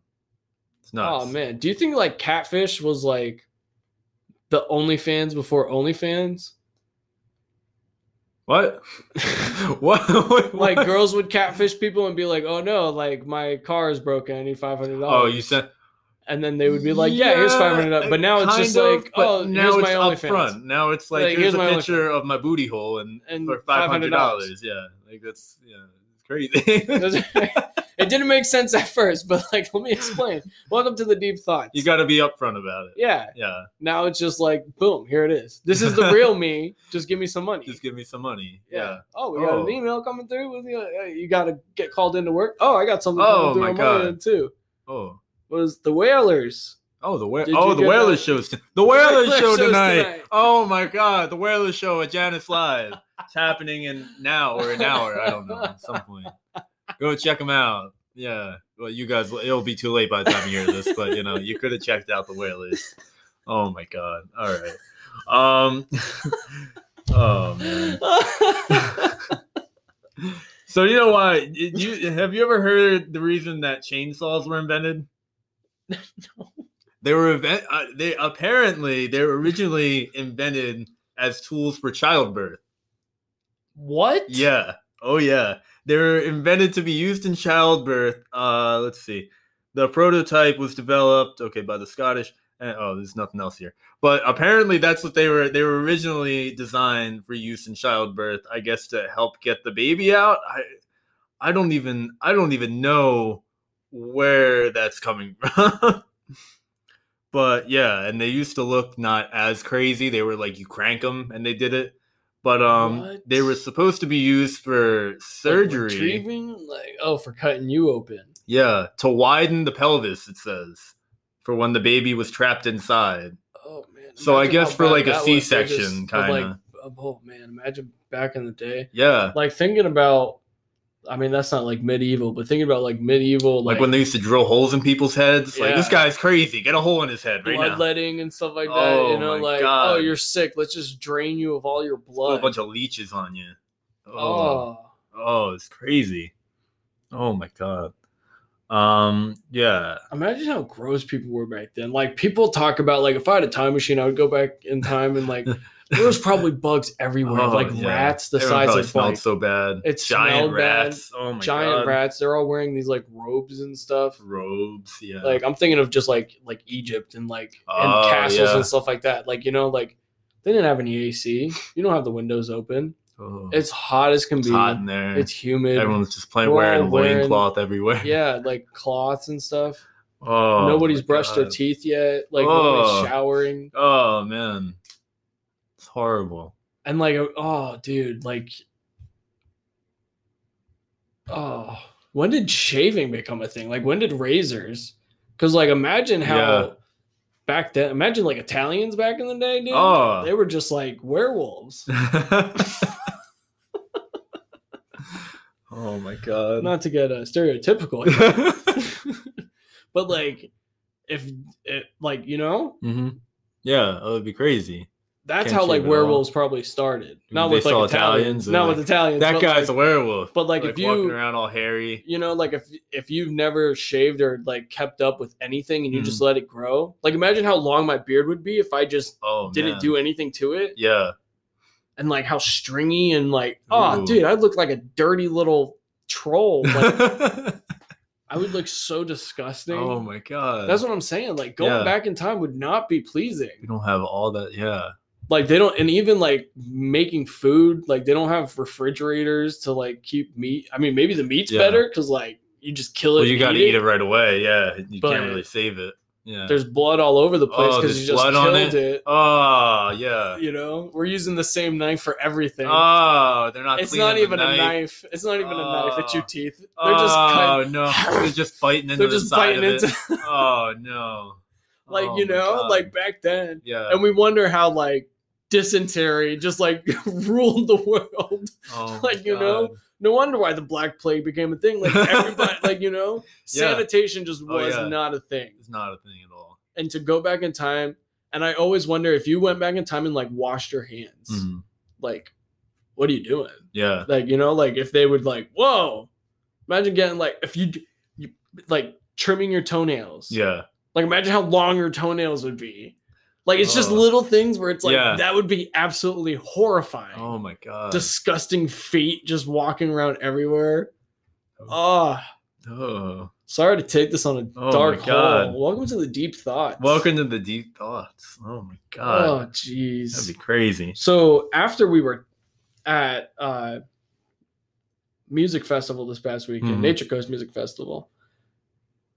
It's nuts.
Oh man, do you think like catfish was like the OnlyFans before OnlyFans?
What? what? what?
like
what?
girls would catfish people and be like, "Oh no, like my car is broken. I need five hundred
Oh,
dollars."
you said.
and then they would be like, "Yeah, here's
Yeah,
five hundred dollars." But now it's
kind
just
of,
like,
but
"Oh, here's my
up
OnlyFans."
front. Now it's like,
Like,
here's,
here's my
a picture of my booty hole and,
And
for five hundred
$500.
dollars. Yeah, like that's yeah, it's crazy.
it didn't make sense at first, but like, let me explain. Welcome to the deep thoughts.
you got to be upfront about it.
yeah.
Yeah,
Now it's just like, boom, here it is. This is the real me. Just give me some money.
just give me some money.
yeah.
Yeah.
Oh, we got
Oh.
an email coming through with you. Uh, You got to get called into work. Oh, I got something coming
Oh,
through
my
on my
God.
end too.
Oh.
Was the Whalers?
Oh the whale!
Did
Oh
you
the
get
Whalers
that?
shows the Whalers
Whalers
show
shows
tonight.
tonight.
Oh my God, the Whalers show at Janice Live. It's happening in now or an hour. I don't know. At some point, go check them out. Yeah. Well, you guys, it'll be too late by the time you hear this, but you know, you could have checked out the Whalers. Oh my God. All right. Um. oh man. So you know why? Did You have you ever heard the reason that chainsaws were invented? They were invent. Uh, they apparently they were originally invented as tools for childbirth.
what?
Yeah. Oh yeah. They were invented to be used in childbirth. Uh, let's see. The prototype was developed okay by the Scottish. And, oh, there's nothing else here. But apparently that's what they were. They were originally designed for use in childbirth. I guess to help get the baby out. I I don't even I don't even know where that's coming from. but yeah, and they used to look not as crazy. They were like you crank them and they did it. But um
What?
they were supposed to be used for
Like,
surgery.
retrieving, like oh, for cutting you open.
yeah, to widen the pelvis it says for when the baby was trapped inside.
Oh man.
So I
Imagine
guess
how
for,
bad
like, a
that was. They
C-section,
just- with,
kinda.
Like, oh man, imagine back in the day.
Yeah.
Like thinking about, I mean, that's not like medieval, but thinking about like medieval,
Like,
like,
when they used to drill holes in people's heads. Like this
Yeah.
guy's crazy. Get a hole in his head right now.
bloodletting and stuff like that.
Oh,
you know,
my
like oh,
God.
you're sick. Let's just drain you of all your
Put
blood.
a bunch of leeches on you.
oh.
Oh, it's crazy. Oh my god. Um, yeah.
Imagine how gross people were back then. Like people talk about like if I had a time machine, I would go back in time and like there was probably bugs everywhere,
Oh,
like
yeah.
rats the
Everyone
size
probably
of
smelled
like
so bad.
it
giant
smelled bad.
rats. Oh my
giant
god.
rats. They're all wearing these like robes and stuff.
Robes. Yeah.
Like I'm thinking of just like like Egypt and like
Oh,
and castles
yeah.
and stuff like that. Like you know like they didn't have any AC. You don't have the windows open.
Oh,
It's hot as can
it's
be.
hot in there.
It's humid.
Everyone's just playing
We're
wearing
all wearing-
loincloth everywhere.
yeah, like cloths and stuff.
Oh,
Nobody's
my
brushed their
God.
teeth yet. Like
Oh.
nobody's showering.
Oh man, it's horrible.
and like oh dude like oh when did shaving become a thing like when did razors because like imagine how
Yeah.
back then imagine like italians back in the day dude
Oh.
they were just like werewolves
oh my god.
not to get uh, stereotypical here. but like if it, like you know
hmm Yeah, that would be crazy.
that's
Can't
how like
shave at all.
werewolves probably started not
They
with like
saw
italians,
Italians and,
not
like,
with italians
That
but, like-
guy's a werewolf.
but like, if
walking
you
around all hairy.
you know like if if you've never shaved or like kept up with anything and you
Mm.
just let it grow like imagine how long my beard would be if i just
Oh,
didn't
man.
do anything to it
Yeah,
and like how stringy and like oh
Ooh.
dude i look like a dirty little troll like
oh
i would look so disgusting
my god.
that's what i'm saying like going
Yeah.
back in time would not be pleasing
we don't have all that. Yeah.
like they don't and even like making food like they don't have refrigerators to like keep meat i mean maybe the meat's
Yeah.
better because like you just kill it
Well, you
and
got to eat
it.
it right away. Yeah, you
But-
can't really save it. Yeah.
there's blood all over the place
Oh,
because
there's
you just
blood
killed
on
it.
Oh yeah.
You know, we're using the same knife for everything.
Oh, they're not.
it's
cleaning
not
the
even a knife. It's not even a knife. It's your
Oh.
teeth. They're just
oh
cut.
no, they're just biting into
They're
the
just
side
biting
of
into
it. oh no.
like
Oh,
you
my
know,
God.
like back then.
yeah.
And we wonder how like dysentery just like ruled the world.
Oh,
like,
my
you know,
God.
No wonder why the black plague became a thing. Like everybody, like you know,
Yeah.
sanitation just
Oh,
was
yeah.
not a thing.
it's not a thing at all.
And to go back in time, and I always wonder if you went back in time and like washed your hands,
Mhm.
like what are you doing?
Yeah.
like you know like if they would like whoa imagine getting like if you, you like trimming your toenails
Yeah.
like imagine how long your toenails would be like it's just
Oh.
little things where it's like
Yeah.
that would be absolutely horrifying
Oh my god.
disgusting feet just walking around everywhere ah
oh.
sorry to take this on a
Oh my
dark
God.
hole welcome to the deep thoughts
Welcome to the deep thoughts. Oh my god.
oh jeez
That'd be crazy.
So after we were at uh, music festival this past weekend,
Mhm.
Nature Coast Music Festival,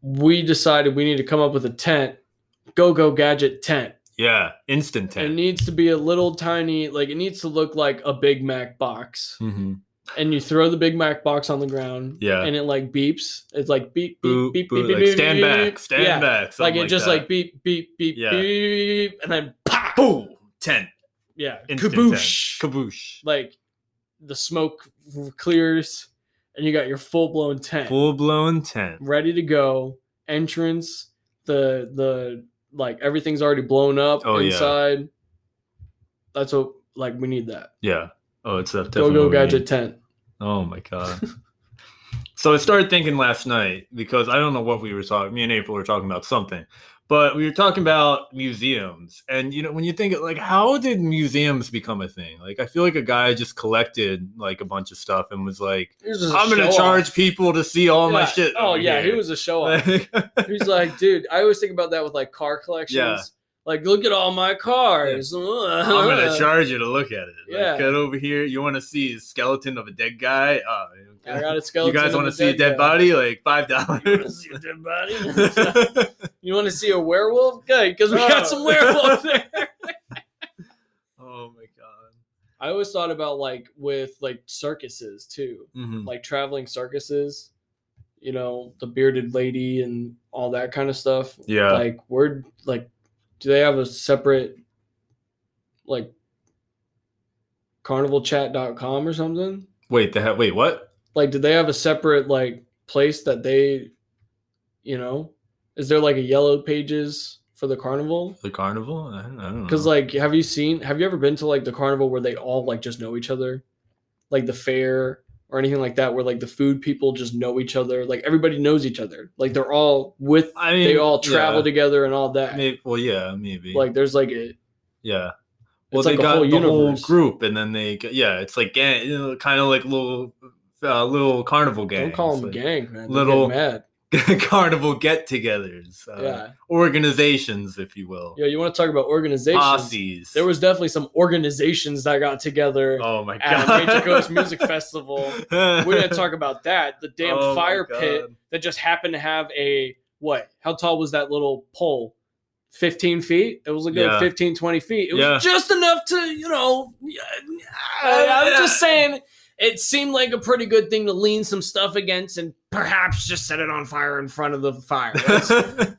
we decided we need to come up with a tent, go go gadget tent.
Yeah. Instant
It
10
needs to be a little tiny, like it needs to look like a Big Mac box.
Mm-hmm.
And you throw the Big Mac box on the ground,
Yeah.
and it like beeps. It's like beep beep
Boo,
beep
boo,
beep beep
like,
beep.
stand
beep,
back,
beep.
stand
yeah.
back.
Like
something
it just
that.
like beep beep beep
Yeah.
beep, and then pop,
boom, tent,
yeah,
instant
kaboosh,
tent. kaboosh,
like the smoke clears and you got your full blown tent
full blown tent.
ready to go entrance the the like everything's already blown up
Oh, yeah.
inside that's what like we need that
Yeah. Oh, it's a
go
definitely
go
what we
gadget
need.
tent
Oh my god. so I started thinking last night because I don't know what we were talking. Me and April were talking about something, but we were talking about museums. And you know, when you think like, how did museums become a thing? Like, I feel like a guy just collected like a bunch of stuff and was like,
He was just a
"I'm gonna
show-off.
charge people to see all my
Yeah.
shit."
oh
over
yeah he
here."
was a show off he's like dude i always think about that with like car collections
Yeah.
like look at all my cars
I'm gonna charge you to look at it.
Yeah.
Like, get over here. You want to see a skeleton of a dead guy? Oh,
i got a
you
skeleton
guys
of
want to see a dead
guy.
body? Like five
You wanna
dollars.
see a dead body? You want to see a werewolf? Good, because we got some
Oh.
werewolves there.
oh my god.
I always thought about like with like circuses too,
Mhm.
like traveling circuses. You know, the bearded lady and all that kind of stuff.
Yeah.
Like, where like, do they have a separate like carnivalchat.com or something?
wait, the he- wait, what?
Like, do they have a separate like place that they, you know, is there like a yellow pages for the carnival?
The carnival? I don't, I don't know.
Because like, have you seen? Have you ever been to like the carnival where they all like just know each other, like the fair or anything like that where like the food people just know each other like everybody knows each other like they're all with
I mean,
they all travel
yeah.
together and all that
Maybe, well, yeah, maybe.
like there's like a
yeah. Well,
it's
they
like a
got
whole
the whole
universe.
group, and then they g- yeah, it's like gang, you know, kind of like little uh, little carnival gangs,
don't call them
like
gang man
little-
little mad
carnival get-togethers, uh,
yeah
organizations, if you will,
yeah you want to talk about organizations
posses.
there was definitely some organizations that got together
oh my
at
god,
Major Coast Music Festival. we didn't talk about that. The damn
Oh my
fire
God.
pit that just happened to have a what? How tall was that little pole? 15 feet? It was like
Yeah.
15, 20 feet. It was
Yeah.
just enough to, you know, I, I'm just saying it seemed like a pretty good thing to lean some stuff against and perhaps just set it on fire in front of the fire. That's,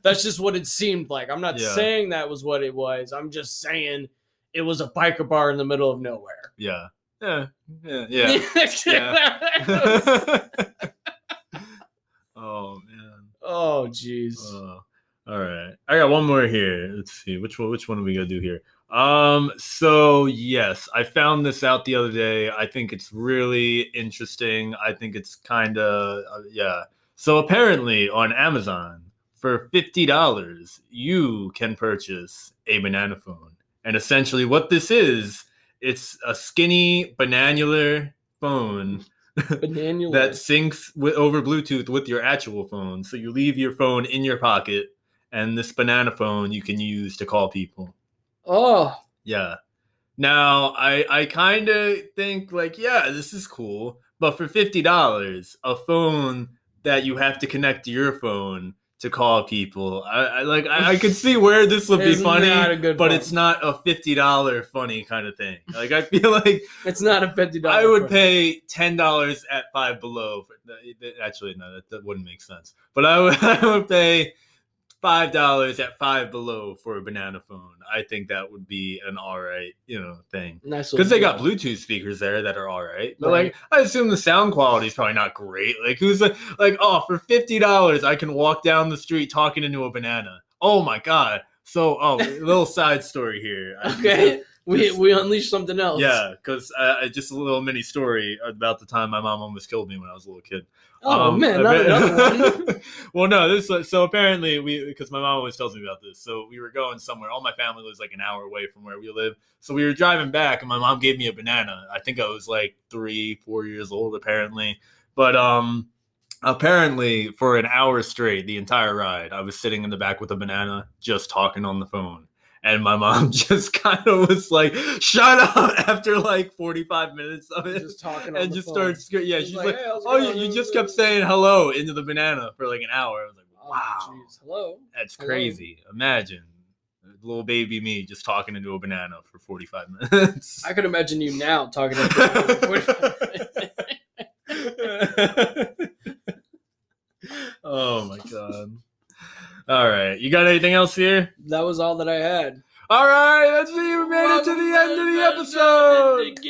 that's just what it seemed like. I'm not
Yeah.
saying that was what it was. I'm just saying it was a biker bar in the middle of nowhere.
yeah, yeah, yeah, yeah. oh man.
oh jeez.
Uh, all right. I got one more here. Let's see. Which one which one are we gonna do here? Um, so yes, I found this out the other day. I think it's really interesting. I think it's kind of uh, yeah. So apparently on Amazon for $50, you can purchase a banana phone. And essentially what this is, it's a skinny bananular phone
Banana.
that syncs with, over Bluetooth with your actual phone. So you leave your phone in your pocket, and this banana phone you can use to call people.
oh
Yeah. Now I I kind of think like yeah this is cool, but for fifty dollars a phone that you have to connect to your phone to call people, I, I like I, I could see where this would be
It's
funny,
not a good
but
phone.
it's not a fifty dollar funny kind of thing. Like I feel like
it's not a fifty dollar.
I would pay ten dollars at Five Below. For, th- th- actually, no, that, that wouldn't make sense. But I would, I would pay five dollars at Five Below for a banana phone. I think that would be an all right, you know, thing
nice
because they
little
got
deal.
Bluetooth speakers there that are all right. But
Right.
like, I assume the sound quality is probably not great. Like, who's like, like oh, for fifty dollars, I can walk down the street talking into a banana. Oh my god. So, oh, little side story here. I-
Okay, we we unleashed something else.
yeah, because I, I just a little mini story about the time my mom almost killed me when I was a little kid.
Oh
Um,
man, not
appa-
another one.
well, no, this uh, so apparently we because my mom always tells me about this. So we were going somewhere. All my family lives like an hour away from where we live. So we were driving back, and my mom gave me a banana. I think I was like three, four years old, apparently. But um, apparently for an hour straight, the entire ride, I was sitting in the back with a banana, just talking on the phone. And my mom just kind of was like, "Shut up!" After like forty-five minutes of it,
Just talking on
and
the
just
phone.
started. scre- Yeah,
She's
she's
like,
like,
"Hey, how's it
"Oh,
going?"
you, you just kept saying hello into the banana for like an hour." I was like,
Oh,
"Wow,
jeez. Hello.
that's
Hello.
crazy." Imagine little baby me just talking into a banana for forty-five minutes.
I could imagine you now talking. to
oh my god! All right, you got anything else here?
that was all that I had.
All right, that's it. We made it to the end of the episode.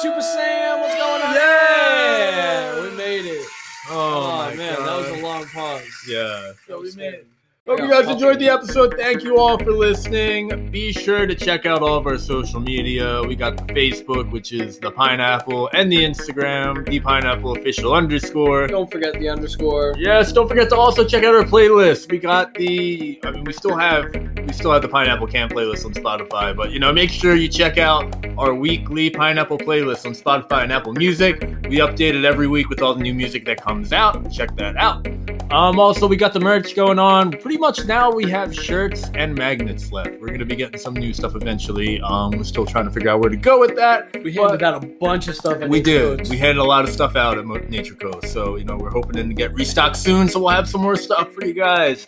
Chupa Sam, what's going on?
Yeah.
we made it.
Oh,
Oh,
my
man,
god.
that was a long pause.
yeah.
That was good.
Hope you guys enjoyed the episode. Thank you all for listening. Be sure to check out all of our social media. We got the Facebook, which is the pineapple, and the Instagram, the pineapple official underscore.
Don't forget the underscore.
Yes, don't forget to also check out our playlist. We got the I mean we still have we still have the Pineapple Cam playlist on Spotify, but you know, make sure you check out our weekly Pineapple playlist on Spotify and Apple Music. We update it every week with all the new music that comes out. Check that out. Um also we got the merch going on. Pretty much now we have shirts and magnets left. We're gonna be getting some new stuff eventually. Um we're still trying to figure out where to go with that.
We
but-
handed out a bunch of stuff. at
we
each
did.
coach.
We handed a lot of stuff out at Mo- Nature Coast, so you know we're hoping to get restocked soon. So we'll have some more stuff for you guys.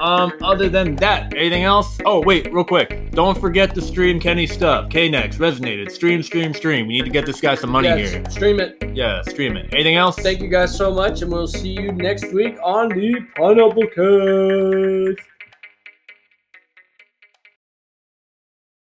Um, other than that, anything else? Oh wait, real quick, don't forget to stream Kenny stuff. Knex resonated. Stream, stream, stream. We need to get this guy some money
Yes,
here.
Stream it.
Yeah, stream it. Anything else?
Thank you guys so much, and we'll see you next week on the Pineapple Cast.